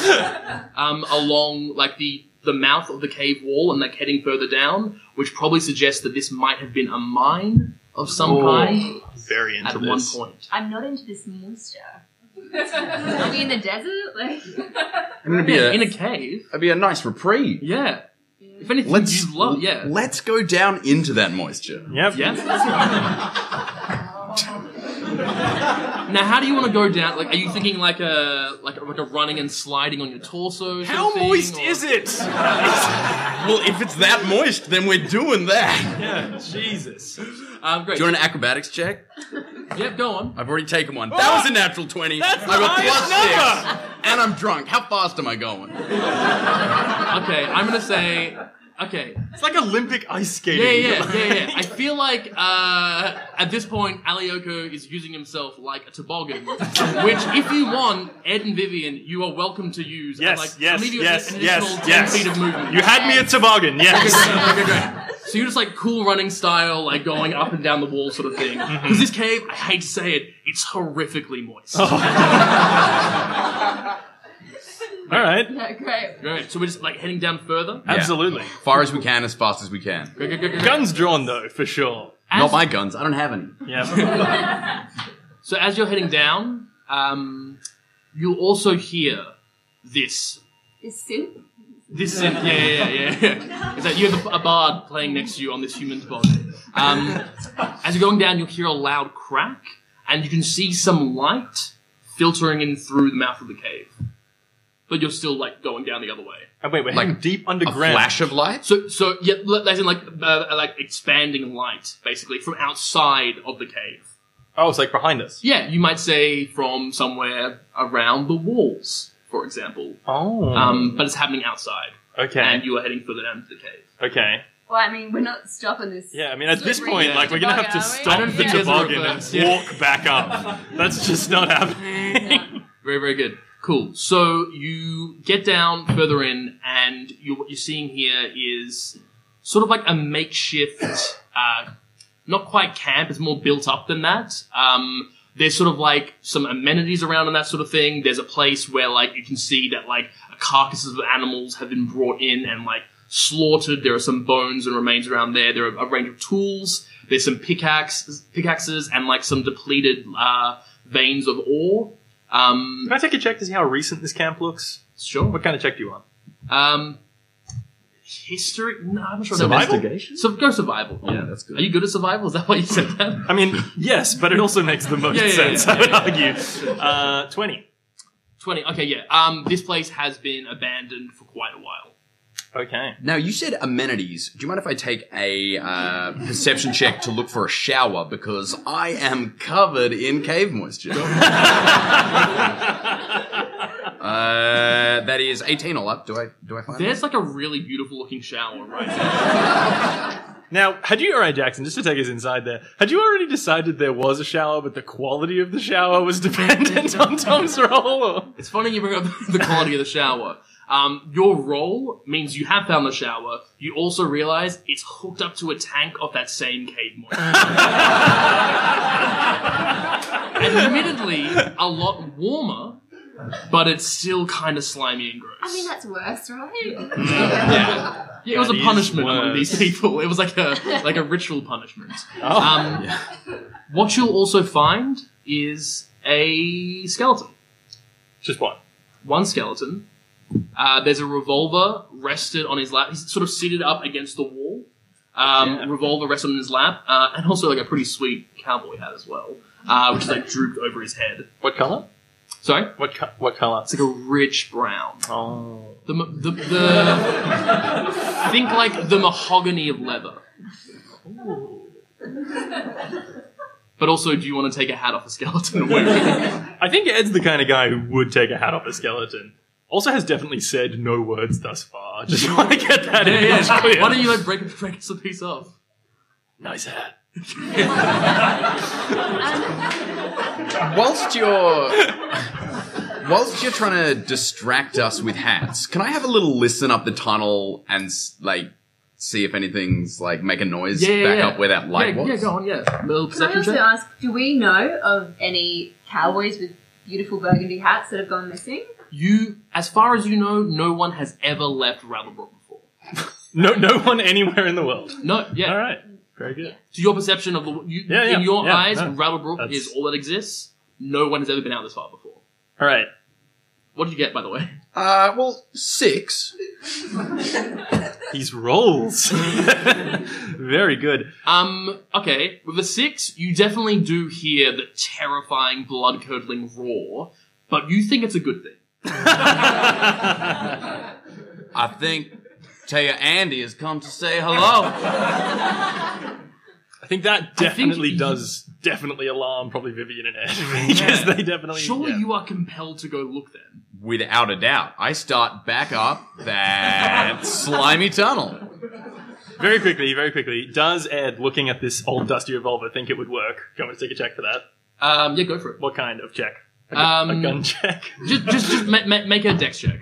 [SPEAKER 2] um, along like the the mouth of the cave wall and like heading further down, which probably suggests that this might have been a mine of some
[SPEAKER 3] Oh,
[SPEAKER 2] kind
[SPEAKER 1] Very
[SPEAKER 2] at
[SPEAKER 1] into
[SPEAKER 2] one
[SPEAKER 1] this.
[SPEAKER 2] point.
[SPEAKER 4] I'm not into this monster. Are we in the desert? Like,
[SPEAKER 3] I'm gonna be a.
[SPEAKER 2] In a cave,
[SPEAKER 3] It'd be a nice reprieve.
[SPEAKER 2] yeah. If anything,
[SPEAKER 3] Let's
[SPEAKER 2] you'd love, yeah,
[SPEAKER 3] Let's go down into that moisture.
[SPEAKER 1] Yep.
[SPEAKER 2] yeah. now, how do you want to go down? Like, are you thinking like a like a, like a running and sliding on your torso? sort
[SPEAKER 1] How
[SPEAKER 2] of thing,
[SPEAKER 1] moist
[SPEAKER 2] or-
[SPEAKER 1] is it?
[SPEAKER 3] Well, if it's that moist, then we're doing that.
[SPEAKER 1] yeah, Jesus.
[SPEAKER 2] Um, great.
[SPEAKER 3] Do you want an acrobatics check?
[SPEAKER 2] Yep, go on.
[SPEAKER 3] I've already taken one. That was a natural 20.
[SPEAKER 1] That's
[SPEAKER 3] I got
[SPEAKER 1] the highest
[SPEAKER 3] plus six. And I'm drunk. How fast am I going?
[SPEAKER 2] Okay, I'm gonna say Okay.
[SPEAKER 1] It's like Olympic ice
[SPEAKER 2] Yeah,
[SPEAKER 1] skating.
[SPEAKER 2] yeah, yeah, yeah. I feel like uh, at this point, Alioko is using himself like a toboggan, which, if you want, Ed and Vivian, you are welcome to use.
[SPEAKER 1] Yes,
[SPEAKER 2] and, like,
[SPEAKER 1] yes,
[SPEAKER 2] immediately
[SPEAKER 1] yes,
[SPEAKER 2] an
[SPEAKER 1] yes,
[SPEAKER 2] additional 10
[SPEAKER 1] yes.
[SPEAKER 2] feet of movement.
[SPEAKER 1] You had me at toboggan, yes.
[SPEAKER 2] Okay, great. So you're just like cool running style, like going up and down the wall sort of thing. Because this cave, I hate to say it, it's horrifically moist.
[SPEAKER 1] All right,
[SPEAKER 4] Great.
[SPEAKER 2] Great. So we're just like heading down further.
[SPEAKER 1] absolutely.
[SPEAKER 3] Far as we can, as fast as we can.
[SPEAKER 2] Great, great, great, great, great.
[SPEAKER 1] Guns drawn though, for sure.
[SPEAKER 3] Not my guns. I don't have any.
[SPEAKER 1] Yeah.
[SPEAKER 2] So as you're heading down, um, you'll also hear this
[SPEAKER 4] Is soup?
[SPEAKER 2] This yeah, yeah, yeah, yeah. Is that you have a, a bard playing next to you on this human body? Um, as you're going down, you'll hear a loud crack, and you can see some light filtering in through the mouth of the cave. But you're still like going down the other way.
[SPEAKER 1] And wait, we're
[SPEAKER 3] Like
[SPEAKER 1] heading deep
[SPEAKER 3] A
[SPEAKER 1] underground.
[SPEAKER 3] flash of light.
[SPEAKER 2] So, so yeah, l- as in like uh, like expanding light, basically from outside of the cave.
[SPEAKER 1] Oh, it's like behind us.
[SPEAKER 2] Yeah, you might say from somewhere around the walls, for example.
[SPEAKER 1] Oh.
[SPEAKER 2] Um, but it's happening outside,
[SPEAKER 1] okay.
[SPEAKER 2] and you are heading further down to the cave.
[SPEAKER 1] okay.
[SPEAKER 4] Well, I mean, we're not stopping this.
[SPEAKER 1] Yeah, I mean, at this
[SPEAKER 4] Slippery
[SPEAKER 1] point, like, we're gonna have to
[SPEAKER 4] toboggan, are we?
[SPEAKER 1] stop
[SPEAKER 4] I don't
[SPEAKER 1] the
[SPEAKER 4] think there's
[SPEAKER 2] a
[SPEAKER 1] toboggan and
[SPEAKER 2] reverse, yeah.
[SPEAKER 1] walk back up. That's just not happening.
[SPEAKER 2] Very, very good. Cool. So you get down further in, and you, what you're seeing here is sort of like a makeshift, uh, not quite camp. It's more built up than that. Um, there's sort of like some amenities around and that sort of thing. There's a place where like you can see that like carcasses of animals have been brought in and like slaughtered. There are some bones and remains around there. There are a range of tools. There's some pickaxes, pickaxes, and like some depleted uh, veins of ore. Um,
[SPEAKER 1] Can I take a check to see how recent this camp looks?
[SPEAKER 2] Sure.
[SPEAKER 1] What kind of check do you want?
[SPEAKER 2] Um, history? No, I'm not sure.
[SPEAKER 1] Investigation?
[SPEAKER 2] So go survival. Yeah,
[SPEAKER 3] that's good.
[SPEAKER 2] Are you good at survival? Is that why you said that?
[SPEAKER 1] I mean, yes, but it also makes the most
[SPEAKER 2] Yeah, yeah,
[SPEAKER 1] sense,
[SPEAKER 2] yeah,
[SPEAKER 1] I would argue. Uh, 20.
[SPEAKER 2] Twenty. Okay, yeah. Um, this place has been abandoned for quite a while.
[SPEAKER 1] Okay.
[SPEAKER 3] Now you said amenities. Do you mind if I take a uh, perception check to look for a shower because I am covered in cave moisture? uh, that is eighteen all up. Do I do I find that?
[SPEAKER 2] There's like a really beautiful looking shower right now.
[SPEAKER 1] Now, had you, alright, Jackson, just to take us inside there, had you already decided there was a shower, but the quality of the shower was dependent on Tom's role? Or?
[SPEAKER 2] It's funny you bring up the quality of the shower. Um, your role means you have found the shower. You also realize it's hooked up to a tank of that same cave moisture. Admittedly, a lot warmer, but it's still kind of slimy and gross.
[SPEAKER 4] I mean, that's worse, right?
[SPEAKER 2] Yeah, it was a
[SPEAKER 1] is
[SPEAKER 2] punishment
[SPEAKER 1] worse.
[SPEAKER 2] among these people. It was like a like a ritual punishment. Um, What you'll also find is a skeleton.
[SPEAKER 1] Just one.
[SPEAKER 2] One skeleton. Uh, there's a revolver rested on his lap. He's sort of seated up against the wall. Um,
[SPEAKER 1] Yeah.
[SPEAKER 2] Revolver rested on his lap, uh, and also like a pretty sweet cowboy hat as well, uh, which is like drooped over his head.
[SPEAKER 1] What color?
[SPEAKER 2] Sorry,
[SPEAKER 1] What, co- what color?
[SPEAKER 2] it's like a rich brown.
[SPEAKER 1] Oh.
[SPEAKER 2] The ma- the, the think like the mahogany of leather. But also, do you want to take a hat off a skeleton and wear it?
[SPEAKER 1] I think Ed's the kind of guy who would take a hat off a skeleton. Also has definitely said no words thus far. Just want to get that in. clear.
[SPEAKER 2] Why don't you like break break us a piece off?
[SPEAKER 1] Nice hat.
[SPEAKER 4] Um,
[SPEAKER 3] Whilst you're whilst you're trying to distract us with hats, can I have a little listen up the tunnel and s- like see if anything's like make a noise
[SPEAKER 2] Yeah, yeah,
[SPEAKER 3] back
[SPEAKER 2] yeah.
[SPEAKER 3] up where that light
[SPEAKER 2] yeah,
[SPEAKER 3] was?
[SPEAKER 2] yeah, go on, yeah. Little
[SPEAKER 4] Can I
[SPEAKER 2] perception
[SPEAKER 4] also
[SPEAKER 2] check.
[SPEAKER 4] ask, do we know of any cowboys with beautiful burgundy hats that have gone missing?
[SPEAKER 2] You, as far as you know, no one has ever left Rattlebrook before.
[SPEAKER 1] No, no one anywhere in the world.
[SPEAKER 2] No, yeah.
[SPEAKER 1] All right. Very good.
[SPEAKER 2] To your perception of the, you,
[SPEAKER 1] Yeah, yeah,
[SPEAKER 2] in your
[SPEAKER 1] yeah,
[SPEAKER 2] eyes,
[SPEAKER 1] no.
[SPEAKER 2] Rattlebrook
[SPEAKER 1] That's-
[SPEAKER 2] is all that exists. No one has ever been out this far before.
[SPEAKER 1] All right.
[SPEAKER 2] What did you get, by the way?
[SPEAKER 3] Uh, well, six.
[SPEAKER 1] He's rolls. Very good.
[SPEAKER 2] Um, okay, with a six, you definitely do hear the terrifying, blood curdling roar, but you think it's a good thing.
[SPEAKER 3] I think Taya Andy has come to say hello.
[SPEAKER 1] I think that
[SPEAKER 2] think
[SPEAKER 1] definitely
[SPEAKER 2] you-
[SPEAKER 1] does definitely alarm probably Vivian and Ed because they definitely.
[SPEAKER 2] Surely
[SPEAKER 1] yeah.
[SPEAKER 2] you are compelled to go look then.
[SPEAKER 3] Without a doubt, I start back up that slimy tunnel.
[SPEAKER 1] Very quickly, very quickly. Does Ed, looking at this old dusty revolver, think it would work? Do you want me to take a check for that?
[SPEAKER 2] Um, yeah, go for it.
[SPEAKER 1] What kind of check? A
[SPEAKER 2] Um,
[SPEAKER 1] gun check?
[SPEAKER 2] Just, just, just ma- ma- make a dex check.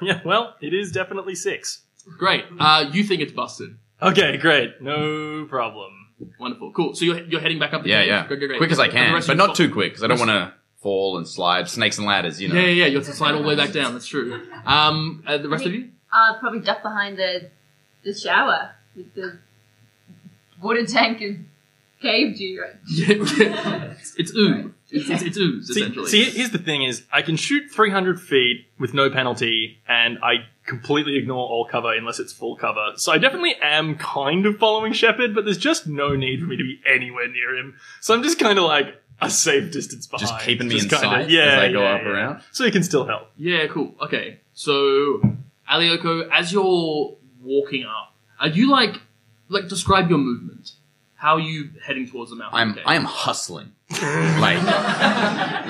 [SPEAKER 1] yeah, well, it is definitely six.
[SPEAKER 2] Great. Uh, you think it's busted.
[SPEAKER 1] Okay, great. No problem.
[SPEAKER 2] Wonderful. Cool. So you're, you're heading back up the
[SPEAKER 3] Yeah,
[SPEAKER 2] cave?
[SPEAKER 3] yeah.
[SPEAKER 2] Great, great, great.
[SPEAKER 3] Quick as I
[SPEAKER 2] For the
[SPEAKER 3] can,
[SPEAKER 2] rest
[SPEAKER 3] but
[SPEAKER 2] of
[SPEAKER 3] not
[SPEAKER 2] your-
[SPEAKER 3] too quick because I don't want to fall and slide. Snakes and ladders, you know.
[SPEAKER 2] Yeah, yeah, yeah. You have to slide all the way back down. That's true. Um, uh, the rest of you?
[SPEAKER 4] I'll probably duck behind the the shower with the water tank and cave dew.
[SPEAKER 2] Yeah, yeah. It's, it's ooze. It's, it's, it's ooze,
[SPEAKER 1] See,
[SPEAKER 2] essentially.
[SPEAKER 1] see, here's the thing: is I can shoot 300 feet with no penalty, and I completely ignore all cover unless it's full cover. So I definitely am kind of following Shepard, but there's just no need for me to be anywhere near him. So I'm just kind of like a safe distance behind,
[SPEAKER 2] Oh,
[SPEAKER 3] Just keeping me in
[SPEAKER 1] kinda-
[SPEAKER 3] sight as I go up around.
[SPEAKER 1] so he can still help.
[SPEAKER 2] Yeah, cool. Okay. So, Alioko, as you're walking up, are you like, like, describe your movement? How are you heading towards the mountain?
[SPEAKER 3] I'm
[SPEAKER 2] cave?
[SPEAKER 3] I am hustling. like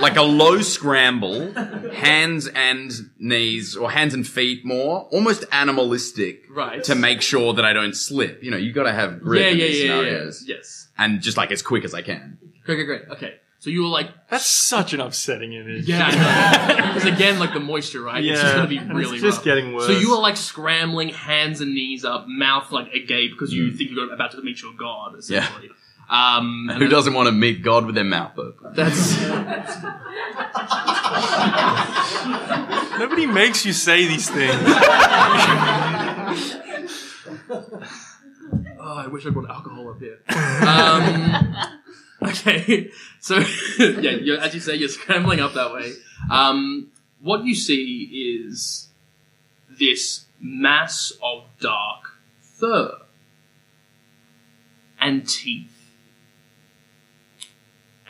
[SPEAKER 3] like a low scramble, hands and knees or hands and feet more, almost animalistic
[SPEAKER 2] Right.
[SPEAKER 3] to make sure that I don't slip. You know, you got to have grip
[SPEAKER 2] yeah,
[SPEAKER 3] in
[SPEAKER 2] yeah,
[SPEAKER 3] these
[SPEAKER 2] yeah, yeah, yeah.
[SPEAKER 3] scenarios.
[SPEAKER 2] Yes.
[SPEAKER 3] And just like as quick as I can.
[SPEAKER 2] Great, great, great. Okay. So you were like,
[SPEAKER 1] That's such an upsetting image.
[SPEAKER 2] yeah, I know. Because again, like the moisture, right? It's just
[SPEAKER 1] Yeah.
[SPEAKER 2] going to be
[SPEAKER 1] It's
[SPEAKER 2] really
[SPEAKER 1] just
[SPEAKER 2] rough.
[SPEAKER 1] getting worse.
[SPEAKER 2] So you are like scrambling, hands and knees up, mouth like agape because you
[SPEAKER 1] Mm.
[SPEAKER 2] think you're about to meet your god, essentially. Um,
[SPEAKER 3] Who doesn't want to meet God with their mouth open?
[SPEAKER 2] That's oh,
[SPEAKER 6] Nobody makes you say these things.
[SPEAKER 2] Oh, I wish I brought alcohol up here. Um, okay, so yeah, you're, as you say, you're scrambling up that way. Um, what you see is this mass of dark fur and teeth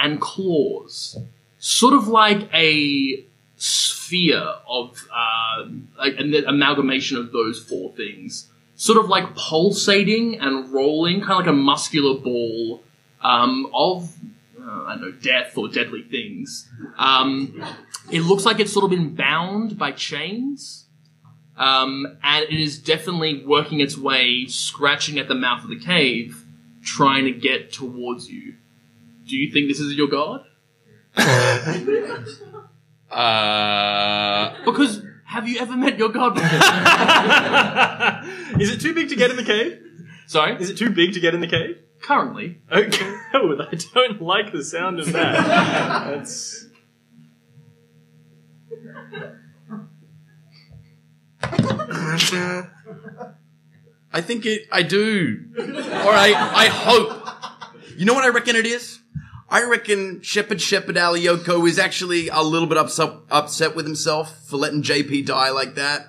[SPEAKER 2] and claws, sort of like a sphere of uh, like an amalgamation of those four things sort of like pulsating and rolling, kind of like a muscular ball um, of uh, I don't know death or deadly things. Um, it looks like it's sort of been bound by chains, um, and it is definitely working its way, scratching at the mouth of the cave, trying to get towards you. Do you think this is your god?
[SPEAKER 3] Uh
[SPEAKER 2] Because have you ever met your god before?
[SPEAKER 1] Is it too big to get in the cave?
[SPEAKER 2] Sorry,
[SPEAKER 1] Is it too big to get in the cave?
[SPEAKER 2] currently.
[SPEAKER 1] Okay. Oh, I don't like the sound of that. That's.
[SPEAKER 3] I think it I do. All right, I hope. You know what I reckon it is? I reckon Shepherd Shepherd Alioko is actually a little bit upset, upset with himself for letting JP die like that.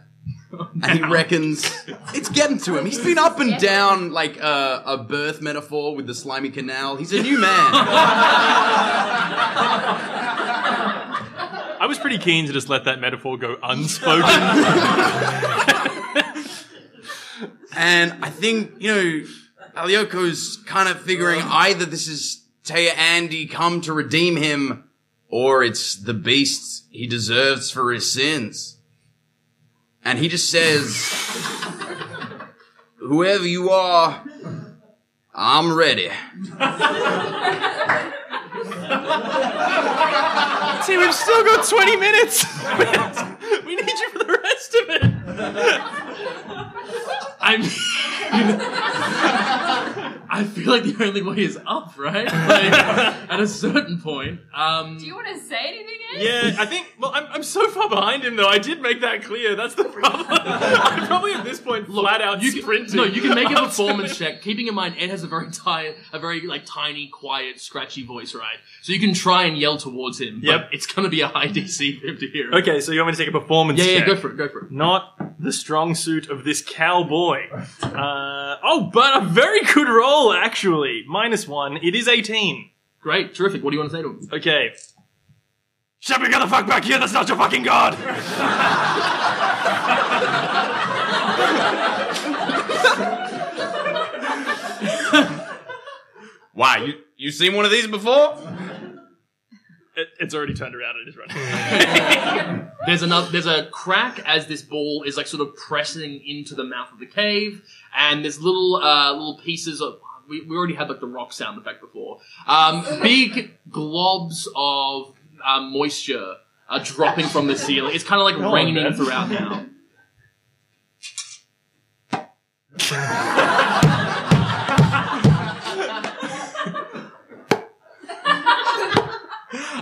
[SPEAKER 3] And he reckons it's getting to him. He's been up and down like uh, a birth metaphor with the slimy canal. He's a new man.
[SPEAKER 1] I was pretty keen to just let that metaphor go unspoken.
[SPEAKER 3] And I think, you know, Alioko's kind of figuring either this is Taya Andy come to redeem him, or it's the beast he deserves for his sins. And he just says, Whoever you are, I'm ready.
[SPEAKER 1] See, we've still got 20 minutes. we need you for the rest of it.
[SPEAKER 2] I mean, I feel like the only way is up, right? Like, at a certain point, um,
[SPEAKER 4] Do you want to say anything? Ed?
[SPEAKER 1] Yeah, I think. Well, I'm, I'm so far behind him, though. I did make that clear. That's the problem. I'm probably at this point flat out
[SPEAKER 2] you can,
[SPEAKER 1] sprinting.
[SPEAKER 2] no, you can make a
[SPEAKER 1] up to him.
[SPEAKER 2] performance check. Keeping in mind, Ed has a very tired, a very like tiny, quiet, scratchy voice, right? So you can try and yell towards him. but
[SPEAKER 1] Yep.
[SPEAKER 2] it's gonna be a high DC for him to hear. it.
[SPEAKER 1] Okay, so you want me to take a performance
[SPEAKER 2] Yeah, yeah,
[SPEAKER 1] check?
[SPEAKER 2] go for it, go for it.
[SPEAKER 1] Not the strong suit of this cowboy. Uh, oh, but a very good roll, actually. Minus one. It is 18.
[SPEAKER 2] Great, terrific. What do you want to say to him?
[SPEAKER 1] Okay. Shepard, get the fuck back here! That's not your fucking god!
[SPEAKER 3] Why, you, you seen one of these before?
[SPEAKER 1] It, it's already turned around. It is running.
[SPEAKER 2] There's another. There's a crack as this ball is like sort of pressing into the mouth of the cave, and there's little uh, little pieces of. We, we already had like the rock sound effect before. Um, big globs of uh, moisture are dropping from the ceiling. It's kind of like raining
[SPEAKER 1] man.
[SPEAKER 2] throughout now.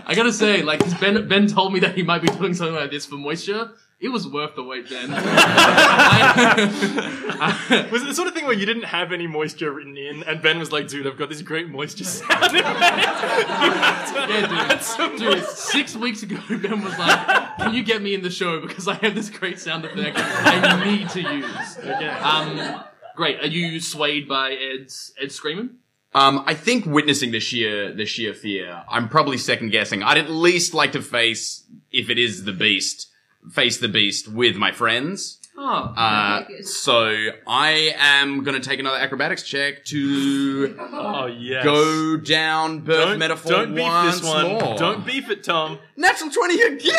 [SPEAKER 2] I gotta say, like 'cause Ben, Ben told me that he might be doing something like this for moisture. It was worth the wait, Ben. I-
[SPEAKER 1] Was it the sort of thing where you didn't have any moisture written in, and Ben was like, "Dude, I've got this great moisture sound effect. You have to
[SPEAKER 2] Yeah, dude.
[SPEAKER 1] add some
[SPEAKER 2] Dude,
[SPEAKER 1] moisture."
[SPEAKER 2] six weeks ago, Ben was like, "Can you get me in the show because I have this great sound effect I need to use." Um, great. Are you swayed by Ed's Ed screaming?
[SPEAKER 3] Um, I think witnessing the sheer the sheer fear, I'm probably second guessing. I'd at least like to face if it is the beast, face the beast with my friends.
[SPEAKER 2] Oh,
[SPEAKER 3] Uh,
[SPEAKER 4] Okay, good.
[SPEAKER 3] so I am gonna take another acrobatics check to
[SPEAKER 1] Oh yes.
[SPEAKER 3] go down birth
[SPEAKER 1] Don't,
[SPEAKER 3] metaphor
[SPEAKER 1] don't beef
[SPEAKER 3] once
[SPEAKER 1] this one.
[SPEAKER 3] more.
[SPEAKER 1] Don't beef it, Tom.
[SPEAKER 3] natural twenty again.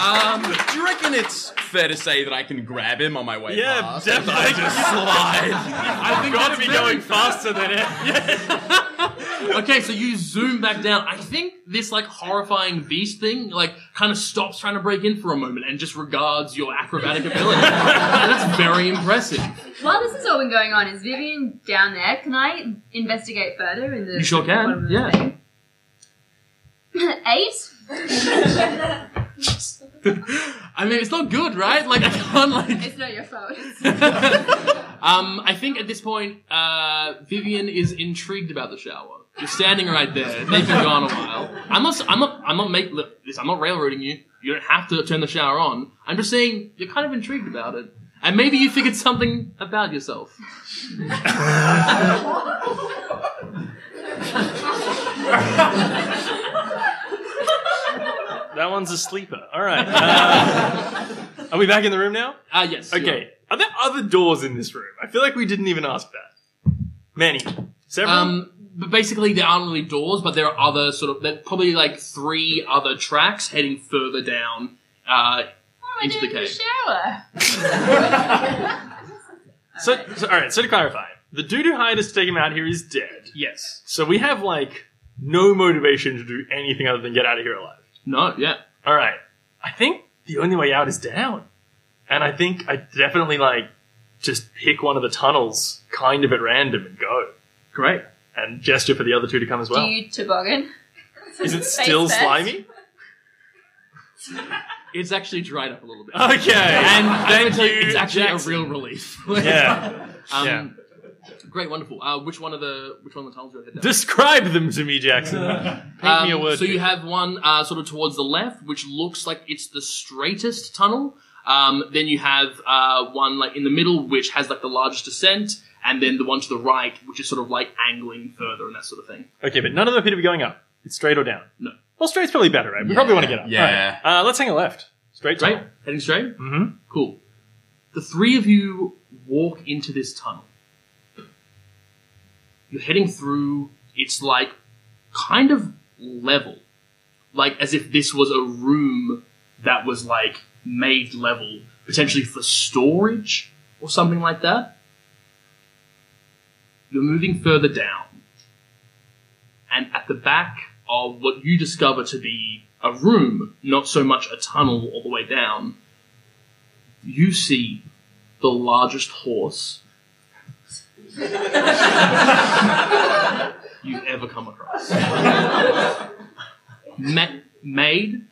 [SPEAKER 3] um, do you reckon it's fair to say that I can grab him on my way
[SPEAKER 1] Yeah,
[SPEAKER 3] past?
[SPEAKER 1] definitely. just slide. I've got to be going faster than it.
[SPEAKER 2] okay. So you zoom back down. I think this like horrifying beast thing like kind of stops trying to break in for a moment and just regards your acrobatic ability. That's very impressive.
[SPEAKER 4] While this is all been going on, is Vivian down there? Can I investigate further in the?
[SPEAKER 2] You sure can,
[SPEAKER 4] bottom of the
[SPEAKER 2] yeah.
[SPEAKER 4] thing? Eight.
[SPEAKER 2] I mean, it's not good, right? Like I can't like.
[SPEAKER 4] It's not your fault.
[SPEAKER 2] Um, I think at this point, uh, Vivian is intrigued about the shower. You're standing right there. They've been gone a while. I'm not. I'm not. I'm not make look, this. I'm not railroading you. You don't have to turn the shower on. I'm just saying you're kind of intrigued about it, and maybe you think it's something about yourself.
[SPEAKER 1] That one's a sleeper. All right. Uh, are we back in the room now?
[SPEAKER 2] Ah, yes. you
[SPEAKER 1] Okay. Are there other doors in this room? I feel like we didn't even ask that. Many.
[SPEAKER 2] are.
[SPEAKER 1] Several.
[SPEAKER 2] Um, but basically there aren't really doors, but there are other sort of. There are probably like three other tracks heading further down. Uh,
[SPEAKER 4] What am I
[SPEAKER 2] Into the
[SPEAKER 4] doing in the
[SPEAKER 2] cave.
[SPEAKER 4] shower?
[SPEAKER 1] so, so, all right. So to clarify, the dude who hired us to take him out here is dead.
[SPEAKER 2] yes.
[SPEAKER 1] So we have like no motivation to do anything other than get out of here alive.
[SPEAKER 2] No. Yeah.
[SPEAKER 1] All right. I think the only way out is down, and I think I definitely like just pick one of the tunnels, kind of at random, and go.
[SPEAKER 2] Great.
[SPEAKER 1] And gesture for the other two to come as well.
[SPEAKER 4] Do you toboggan?
[SPEAKER 1] Is it still
[SPEAKER 4] Face first?
[SPEAKER 1] slimy?
[SPEAKER 2] It's actually dried up a little bit.
[SPEAKER 1] Okay.
[SPEAKER 2] And I'm
[SPEAKER 1] thank
[SPEAKER 2] gonna tell you,
[SPEAKER 1] you.
[SPEAKER 2] it's actually
[SPEAKER 1] Jackson.
[SPEAKER 2] a real relief.
[SPEAKER 1] Yeah.
[SPEAKER 2] Um,
[SPEAKER 1] Yeah.
[SPEAKER 2] Great, wonderful. Uh, which one of the which one of the tunnels do I head down?
[SPEAKER 1] Describe them to me, Jackson. Paint me a
[SPEAKER 2] Um,
[SPEAKER 1] word.
[SPEAKER 2] So you
[SPEAKER 1] picture.
[SPEAKER 2] have one uh, sort of towards the left, which looks like it's the straightest tunnel. Um, then you have uh, one like in the middle, which has like the largest descent, and then the one to the right, which is sort of like angling further and that sort of thing.
[SPEAKER 1] okay, but none of them appear to be going up. It's straight or down.
[SPEAKER 2] No.
[SPEAKER 1] Well, straight's probably better, right? We probably want to get up.
[SPEAKER 3] yeah.
[SPEAKER 1] All right. Uh, let's hang a left. Straight.
[SPEAKER 2] Right?
[SPEAKER 1] tunnel.
[SPEAKER 2] Heading straight?
[SPEAKER 1] Mhm.
[SPEAKER 2] Cool. The three of you walk into this tunnel. You're heading through, it's like kind of level. Like as if this was a room that was like made level, potentially for storage or something like that. You're moving further down. And at the back of what you discover to be a room, not so much a tunnel all the way down, you see the largest horse you've ever come across. Ma- made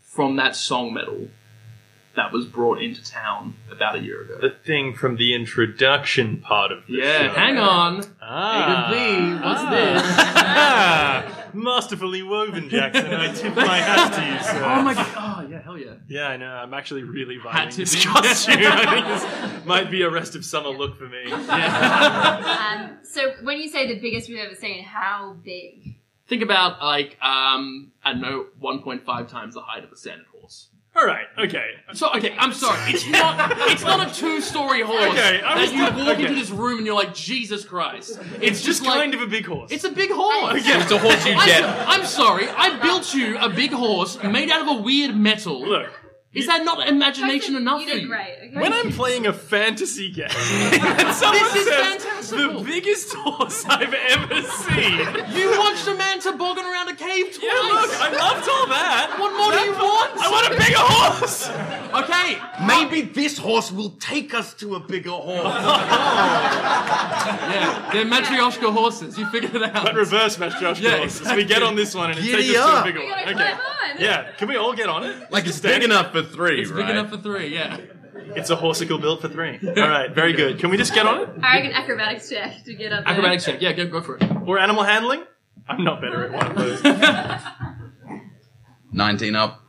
[SPEAKER 2] from that song medal that was brought into town about a year ago.
[SPEAKER 1] The thing from the introduction part of the show.
[SPEAKER 2] Yeah, hang on.
[SPEAKER 1] Ah.
[SPEAKER 2] Aiden B, what's
[SPEAKER 1] Ah.
[SPEAKER 2] this?
[SPEAKER 1] Ah. Masterfully woven, Jackson. I tip my hat to you, sir.
[SPEAKER 2] Oh my god. Oh, yeah, hell yeah.
[SPEAKER 1] Yeah, I know. I'm actually really
[SPEAKER 2] Hat
[SPEAKER 1] vibing
[SPEAKER 2] tipping.
[SPEAKER 1] this costume. I think this might be a rest of summer look for me.
[SPEAKER 4] Um, so when you say the biggest we've ever seen, how big?
[SPEAKER 2] Think about like um, I don't know, 1.5 times the height of a standard horse.
[SPEAKER 1] All right. Okay.
[SPEAKER 2] So okay, I'm sorry. It's not. It's not a two-story horse
[SPEAKER 1] Okay, I
[SPEAKER 2] that
[SPEAKER 1] was
[SPEAKER 2] you
[SPEAKER 1] not-
[SPEAKER 2] walk
[SPEAKER 1] okay.
[SPEAKER 2] into this room and you're like, Jesus Christ! It's,
[SPEAKER 1] It's just
[SPEAKER 2] like,
[SPEAKER 1] kind of a big horse.
[SPEAKER 2] It's a big horse.
[SPEAKER 3] It's a horse you
[SPEAKER 2] I'm,
[SPEAKER 3] get.
[SPEAKER 2] I'm sorry. I built you a big horse made out of a weird metal.
[SPEAKER 1] look.
[SPEAKER 2] is that not imagination enough
[SPEAKER 4] You
[SPEAKER 2] for
[SPEAKER 4] did
[SPEAKER 2] you?
[SPEAKER 4] great. Okay?
[SPEAKER 1] When I'm playing a fantasy game, and someone
[SPEAKER 2] This is
[SPEAKER 1] says
[SPEAKER 2] fantastical.
[SPEAKER 1] the biggest horse I've ever seen.
[SPEAKER 2] You watched a man toboggan around a cave twice.
[SPEAKER 1] Yeah, look, I loved all that.
[SPEAKER 2] What more do you want?
[SPEAKER 1] I want a bigger horse.
[SPEAKER 2] Okay.
[SPEAKER 3] Maybe this horse will take us to a bigger horse.
[SPEAKER 2] Yeah, they're matryoshka horses. You figured it out.
[SPEAKER 1] But reverse match Josh
[SPEAKER 2] Yeah,
[SPEAKER 1] horses. We get on this one and it
[SPEAKER 3] Giddy
[SPEAKER 1] takes us to a
[SPEAKER 3] up.
[SPEAKER 1] bigger
[SPEAKER 4] We
[SPEAKER 1] one.
[SPEAKER 4] gotta
[SPEAKER 1] Okay.
[SPEAKER 4] climb on.
[SPEAKER 1] Yeah, can we all get on it?
[SPEAKER 3] Like it's
[SPEAKER 1] Stand-
[SPEAKER 3] big enough for three,
[SPEAKER 2] It's
[SPEAKER 3] right?
[SPEAKER 2] big enough for three. Yeah.
[SPEAKER 1] It's a horseicle built for three. All right, very good. Can we just get on it?
[SPEAKER 4] I reckon acrobatics check to get up. there.
[SPEAKER 2] Acrobatics check. Yeah, go, go for it.
[SPEAKER 1] Or animal handling? I'm not better at one of those.
[SPEAKER 3] Nineteen up.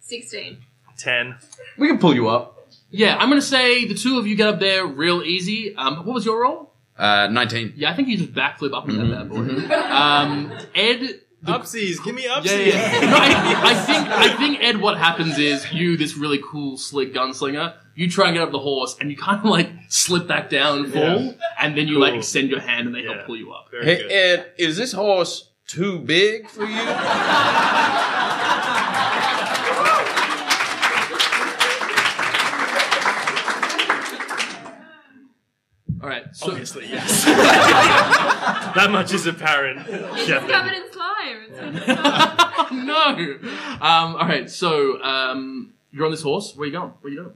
[SPEAKER 4] Sixteen.
[SPEAKER 1] Ten.
[SPEAKER 3] We can pull you up.
[SPEAKER 2] Yeah, I'm gonna say the two of you get up there real easy. Um, what was your role?
[SPEAKER 3] Uh, Nineteen.
[SPEAKER 2] Yeah, I think you just backflip up
[SPEAKER 1] Mm-hmm.
[SPEAKER 2] in that bad boy. Um, Ed.
[SPEAKER 1] Upsies, give me upsies.
[SPEAKER 2] Yeah, yeah. No, I, I think I think Ed. What happens is you, this really cool, slick gunslinger, you try and get up the horse, and you kind of like slip back down and fall,
[SPEAKER 1] Yeah.
[SPEAKER 2] and then you like
[SPEAKER 1] Cool.
[SPEAKER 2] extend your hand, and they help
[SPEAKER 1] Yeah.
[SPEAKER 2] pull you up.
[SPEAKER 1] Very
[SPEAKER 3] Hey
[SPEAKER 1] good.
[SPEAKER 3] Ed, is this horse too big for you?
[SPEAKER 2] All right. So,
[SPEAKER 1] Obviously, yes. that much is apparent.
[SPEAKER 4] It's
[SPEAKER 1] Shepard.
[SPEAKER 4] covered in slime. It's covered in slime.
[SPEAKER 2] Oh, no. Um, all right. So um, you're on this horse. Where you going? Where you going?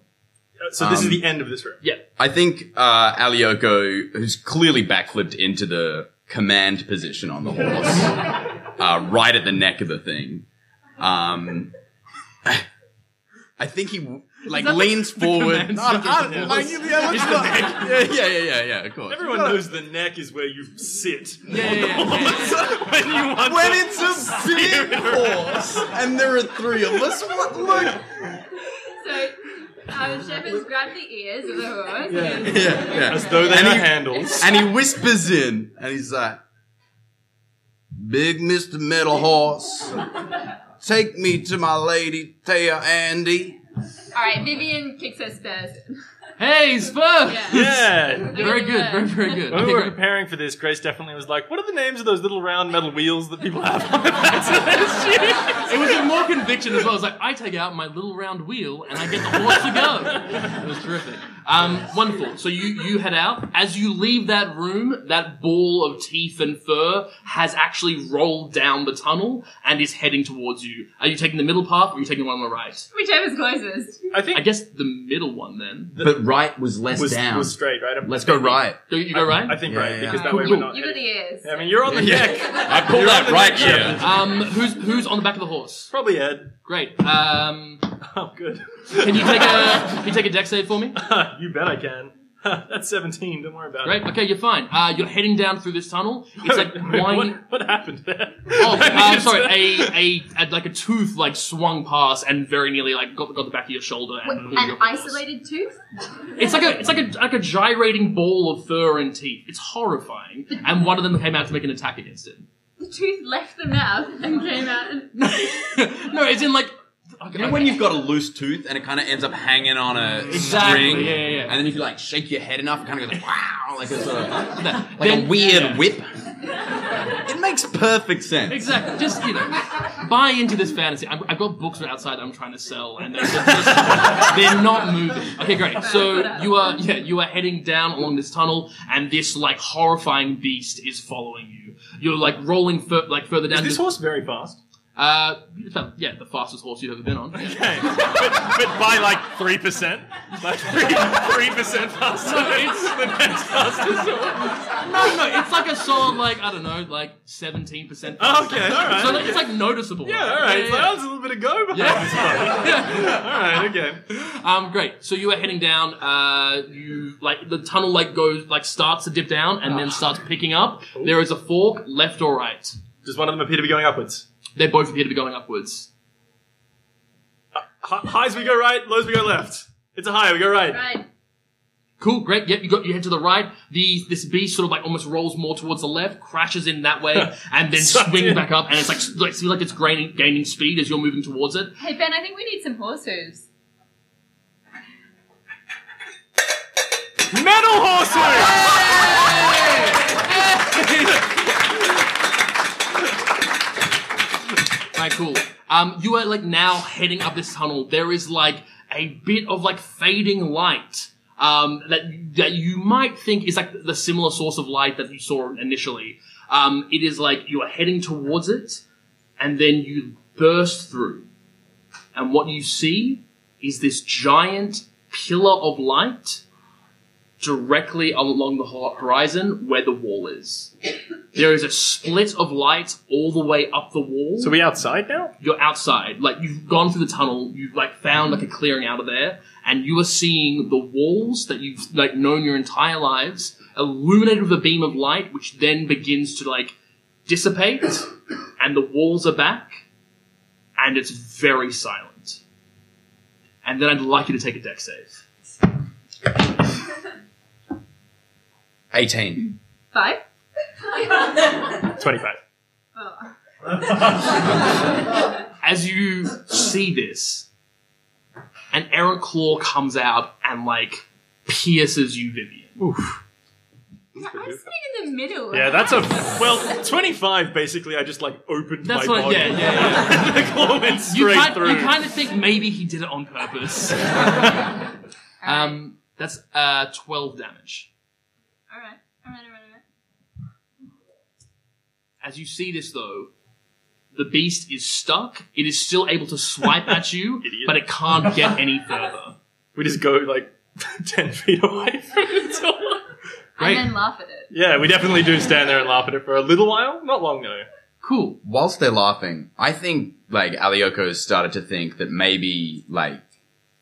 [SPEAKER 1] So this is the end of this room.
[SPEAKER 2] Yeah.
[SPEAKER 3] I think uh, Alioko, who's clearly backflipped into the command position on the horse, uh, right at the neck of the thing. Um, I think he like
[SPEAKER 2] that the-
[SPEAKER 3] leans forward.
[SPEAKER 2] command
[SPEAKER 3] No, I-
[SPEAKER 2] position,
[SPEAKER 3] I-
[SPEAKER 2] yeah.
[SPEAKER 3] like, yeah, that's not- yeah, yeah, yeah, yeah, yeah, of course.
[SPEAKER 1] Everyone knows the neck is where you sit.
[SPEAKER 2] Yeah. yeah, yeah, yeah.
[SPEAKER 1] when you want
[SPEAKER 3] When
[SPEAKER 1] to-
[SPEAKER 3] it's a big horse and there are three of us, what, look,
[SPEAKER 4] So um, Shepard's grabbed the ears of the horse. and-
[SPEAKER 3] yeah, yeah.
[SPEAKER 1] as though they
[SPEAKER 3] And
[SPEAKER 1] are
[SPEAKER 3] he-
[SPEAKER 1] handles.
[SPEAKER 3] And he whispers in, and he's like, Big Mr. Metal Horse, take me to my lady, Taya Andy.
[SPEAKER 4] All right, Vivian kicks us first.
[SPEAKER 2] Hey, Spur.
[SPEAKER 4] Yeah.
[SPEAKER 1] Yeah.
[SPEAKER 2] Very good.
[SPEAKER 4] uh,
[SPEAKER 2] Very very good.
[SPEAKER 1] When
[SPEAKER 2] Okay,
[SPEAKER 1] we were
[SPEAKER 2] great.
[SPEAKER 1] preparing for this, Grace definitely was like, "What are the names of those little round metal wheels that people have on the backs of their shoes?"
[SPEAKER 2] It was with more conviction as well. It's like I take out my little round wheel and I get the horse to go. It was terrific. Um, wonderful. So you you head out. As you leave that room, that ball of teeth and fur has actually rolled down the tunnel and is heading towards you. Are you taking the middle path or are you taking the one on the right?
[SPEAKER 4] Whichever's closest.
[SPEAKER 1] I think
[SPEAKER 2] I guess the middle one then.
[SPEAKER 3] But right was less
[SPEAKER 1] was,
[SPEAKER 3] down.
[SPEAKER 1] was straight, right?
[SPEAKER 3] Let's go right.
[SPEAKER 2] Go, you go right.
[SPEAKER 1] I think
[SPEAKER 3] Yeah,
[SPEAKER 1] right
[SPEAKER 3] yeah,
[SPEAKER 1] because
[SPEAKER 3] yeah.
[SPEAKER 1] that way we're not.
[SPEAKER 4] You got the
[SPEAKER 1] heading-
[SPEAKER 4] ears.
[SPEAKER 1] I mean, you're on the neck.
[SPEAKER 3] I pulled
[SPEAKER 1] that right here.
[SPEAKER 2] Um, who's who's on the back of the horse?
[SPEAKER 1] Probably Ed.
[SPEAKER 2] Great. Um,
[SPEAKER 1] Oh, good.
[SPEAKER 2] can you take a can you take a deck save for me?
[SPEAKER 1] you bet I can. That's 17. Don't worry about
[SPEAKER 2] Right.
[SPEAKER 1] it.
[SPEAKER 2] Okay, you're fine. Uh, you're heading down through this tunnel. It's like
[SPEAKER 1] Wait,
[SPEAKER 2] winding.
[SPEAKER 1] what, what happened there?
[SPEAKER 2] Oh,
[SPEAKER 1] I
[SPEAKER 2] uh,
[SPEAKER 1] need
[SPEAKER 2] sorry.
[SPEAKER 1] to-
[SPEAKER 2] A, a, a like a tooth like swung past and very nearly like got, got the back of your shoulder and blew
[SPEAKER 4] An
[SPEAKER 2] your horse.
[SPEAKER 4] isolated tooth?
[SPEAKER 2] It's like a it's like a like a gyrating ball of fur and teeth. It's horrifying. And one of them came out to make an attack against it.
[SPEAKER 4] The tooth left the mouth and came out. And...
[SPEAKER 2] no, it's in like okay,
[SPEAKER 3] You know when you've got a loose tooth and it kind of ends up hanging on a
[SPEAKER 2] Exactly,
[SPEAKER 3] string?
[SPEAKER 2] yeah, yeah, yeah.
[SPEAKER 3] And then if you like shake your head enough, it kind of goes like, wow, like a sort of,
[SPEAKER 2] that,
[SPEAKER 3] like a
[SPEAKER 2] then-
[SPEAKER 3] weird
[SPEAKER 2] yeah.
[SPEAKER 3] whip. It makes perfect sense.
[SPEAKER 2] Exactly. Just you know, buy into this fantasy. I'm, I've got books right outside that I'm trying to sell, and they're, just, they're not moving. Okay, great. So you are yeah, you are heading down along this tunnel, and this like horrifying beast is following you. You're like rolling fur- like further down.
[SPEAKER 1] Is this horse very fast?
[SPEAKER 2] Uh, it's about- yeah, the fastest horse you've ever been on.
[SPEAKER 1] Okay. but, but by like 3%? Like 3, 3% faster than the next fastest horse.
[SPEAKER 2] No, no, it's like a solid like I don't know, like seventeen percent.
[SPEAKER 1] Okay, alright.
[SPEAKER 2] So like, it's like noticeable.
[SPEAKER 1] yeah, alright. It's like, oh, there's a little bit of go behind
[SPEAKER 2] Yeah.
[SPEAKER 1] this one.
[SPEAKER 2] yeah.
[SPEAKER 1] Alright, okay.
[SPEAKER 2] Um, great. So you are heading down. Uh, you like the tunnel like goes like starts to dip down and then starts picking up. There is a fork, left or right.
[SPEAKER 1] Does one of them appear to be going upwards?
[SPEAKER 2] They both appear to be going upwards.
[SPEAKER 1] Hi- highs we go right, lows we go left. It's a high, we go right.
[SPEAKER 4] Right.
[SPEAKER 2] Cool, great. Yep, you got you head to the right. The this beast sort of like almost rolls more towards the left, crashes in that way, and then
[SPEAKER 7] Sucked
[SPEAKER 2] swings
[SPEAKER 7] in.
[SPEAKER 2] back up. And it's like s- like see like it's gaining gaining speed as you're moving towards it.
[SPEAKER 4] Hey Ben, I think we need some horse hooves.
[SPEAKER 1] Metal horses!
[SPEAKER 2] Alright, cool. Um, you are like now heading up this tunnel. There is like a bit of like fading light. Um, that that you might think is like the similar source of light that you saw initially. Um, it is like you are heading towards it, and then you burst through. And what you see is this giant pillar of light directly along the ho- horizon where the wall is. There is a split of light all the way up the wall
[SPEAKER 1] So we outside now?
[SPEAKER 2] you're outside, like you've gone through the tunnel, you've like found like a clearing out of there, and you are seeing the walls that you've like known your entire lives illuminated with a beam of light, which then begins to like dissipate, and the walls are back, and it's very silent. And then I'd like you to take a deck save.
[SPEAKER 3] 18.
[SPEAKER 4] Five?
[SPEAKER 1] 25.
[SPEAKER 2] as you see this, an errant claw comes out and like pierces you, Vivian.
[SPEAKER 4] I'm sitting in the middle.
[SPEAKER 1] Yeah, that's a. Well, 25 basically, I just like opened
[SPEAKER 2] That's
[SPEAKER 1] my
[SPEAKER 2] what,
[SPEAKER 1] body.
[SPEAKER 2] yeah, yeah, yeah.
[SPEAKER 1] the claw went straight
[SPEAKER 2] you kind,
[SPEAKER 1] through.
[SPEAKER 2] you kind of think maybe he did it on purpose. um, that's uh, twelve damage.
[SPEAKER 4] Alright, alright, alright, alright.
[SPEAKER 2] As you see this, though, the beast is stuck. It is still able to swipe at you,
[SPEAKER 1] Idiot.
[SPEAKER 2] but it can't get any further.
[SPEAKER 1] we just go like 10 feet away from the door.
[SPEAKER 2] Great.
[SPEAKER 4] And then laugh at it.
[SPEAKER 1] Yeah, we definitely do stand there and laugh at it for a little while. Not long though.
[SPEAKER 2] Cool.
[SPEAKER 3] Whilst they're laughing, I think, like, Alioko's started to think that maybe, like,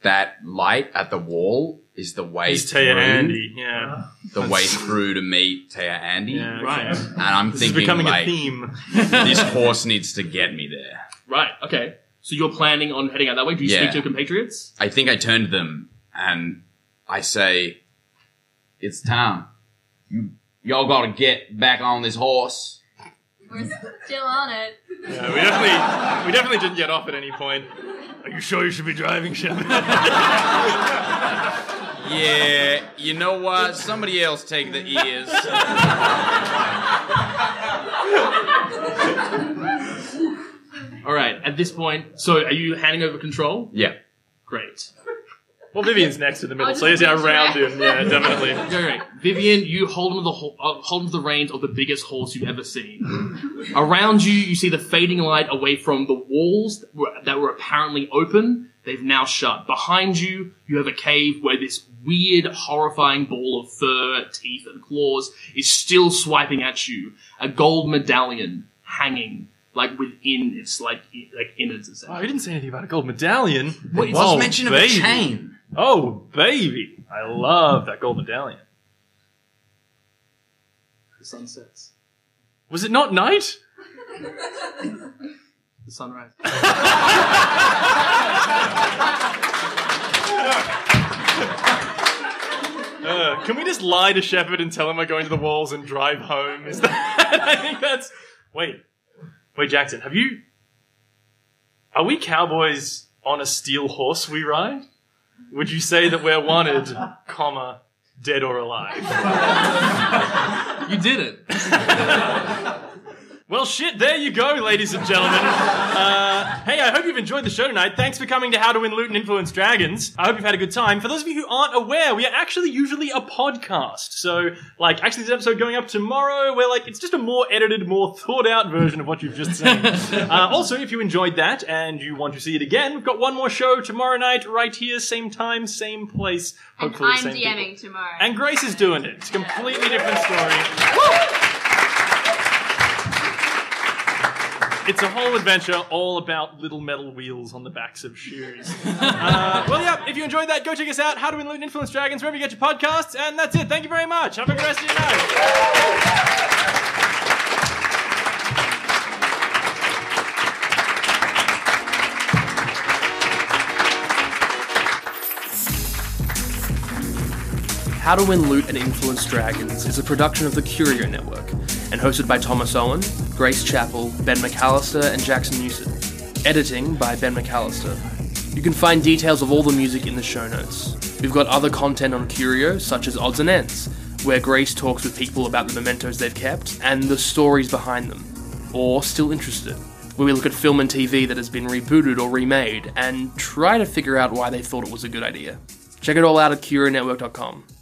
[SPEAKER 3] that light at the wall is the way
[SPEAKER 1] It's
[SPEAKER 3] through,
[SPEAKER 1] Taya Andy. Yeah.
[SPEAKER 3] the way through to meet Taya Andy.
[SPEAKER 1] yeah okay.
[SPEAKER 2] Right.
[SPEAKER 3] And I'm
[SPEAKER 1] This is
[SPEAKER 3] thinking,
[SPEAKER 1] becoming a
[SPEAKER 3] like,
[SPEAKER 1] theme.
[SPEAKER 3] this horse needs to get me there.
[SPEAKER 2] Right. Okay. So you're planning on heading out that way? Do you
[SPEAKER 3] Yeah.
[SPEAKER 2] speak to your compatriots?
[SPEAKER 3] I think I turned to them and I say, "It's time. You y'all gotta get back on this horse."
[SPEAKER 4] We're still on it.
[SPEAKER 1] Yeah, we definitely, we definitely didn't get off at any point. Are you sure you should be driving, Shepard?
[SPEAKER 3] Yeah, you know what? Somebody else take the ears.
[SPEAKER 2] All right. At this point, so are you handing over control?
[SPEAKER 3] yeah,
[SPEAKER 2] Great.
[SPEAKER 1] well, Vivian's next in the middle,
[SPEAKER 4] I'll
[SPEAKER 1] so here's our
[SPEAKER 4] just
[SPEAKER 1] round
[SPEAKER 4] make
[SPEAKER 1] in. Yeah, definitely.
[SPEAKER 2] All right, Vivian, you hold on to the ho- uh, hold on to the reins of the biggest horse you've ever seen. Around you, you see the fading light away from the walls that were, that were apparently open. They've now shut. Behind you, you have a cave where this weird, horrifying ball of fur, teeth, and claws is still swiping at you. A gold medallion hanging like within its like i- like innards.
[SPEAKER 1] Oh,
[SPEAKER 2] Itself.
[SPEAKER 1] we didn't say anything about a gold medallion.
[SPEAKER 3] Wait,
[SPEAKER 1] Oh,
[SPEAKER 3] was mention of a
[SPEAKER 1] baby.
[SPEAKER 3] chain.
[SPEAKER 1] Oh, baby. I love that gold medallion.
[SPEAKER 2] The sun sets.
[SPEAKER 1] Was it not night?
[SPEAKER 2] The sunrise.
[SPEAKER 1] Uh, can we just lie to Shepard and tell him we're going to the walls and drive home? Is that? I think that's. Wait, wait, Jackson. Have you? Are we cowboys on a steel horse we ride? Would you say that we're wanted, comma, dead or alive?
[SPEAKER 2] You did it.
[SPEAKER 1] Well, shit. There you go, ladies and gentlemen. Uh, hey, I hope you've enjoyed the show tonight. Thanks for coming to How to Win Loot and Influence Dragons. I hope you've had a good time. For those of you who aren't aware, we are actually usually a podcast. So, like, actually, this episode going up tomorrow, where like it's just a more edited, more thought out version of what you've just seen. uh, also, if you enjoyed that and you want to see it again, we've got one more show tomorrow night, right here, same time, same place.
[SPEAKER 4] And
[SPEAKER 1] Hopefully,
[SPEAKER 4] I'm
[SPEAKER 1] same people.
[SPEAKER 4] DMing tomorrow.
[SPEAKER 1] And Grace is doing it. It's a completely different story. It's a whole adventure all about little metal wheels on the backs of shoes. Uh, well, yeah, if you enjoyed that, go check us out. How to Win Loot and Influence Dragons, wherever you get your podcasts. And that's it. Thank you very much. Have a good rest of your night.
[SPEAKER 2] How to Win Loot and Influence Dragons is a production of the Curio Network and hosted by Thomas Owen, Grace Chappell, Ben McAllister, and Jackson Newson. Editing by Ben McAllister. You can find details of all the music in the show notes. We've got other content on Curio, such as Odds and Ends, where Grace talks with people about the mementos they've kept and the stories behind them, or still interested, where we look at film and TV that has been rebooted or remade and try to figure out why they thought it was a good idea. Check it all out at CurioNetwork.com.